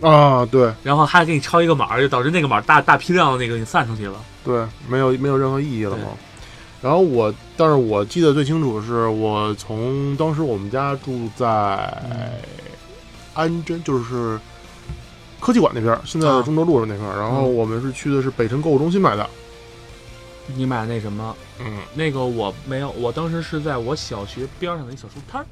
[SPEAKER 2] 啊，对
[SPEAKER 3] 然后还给你抄一个码儿，就导致那个码儿大大批量的那个你散出去了。
[SPEAKER 2] 对，没有没有任何意义了嘛。然后我，但是我记得最清楚的是，我从当时我们家住在安贞，就是科技馆那边儿，现在
[SPEAKER 3] 啊
[SPEAKER 2] 中州路上那边儿。然后
[SPEAKER 3] 嗯
[SPEAKER 2] 我们是去的是北辰购物中心买的。
[SPEAKER 3] 你买那什么，
[SPEAKER 2] 嗯
[SPEAKER 3] 那个我没有，我当时是在我小学边儿上的一小书摊儿，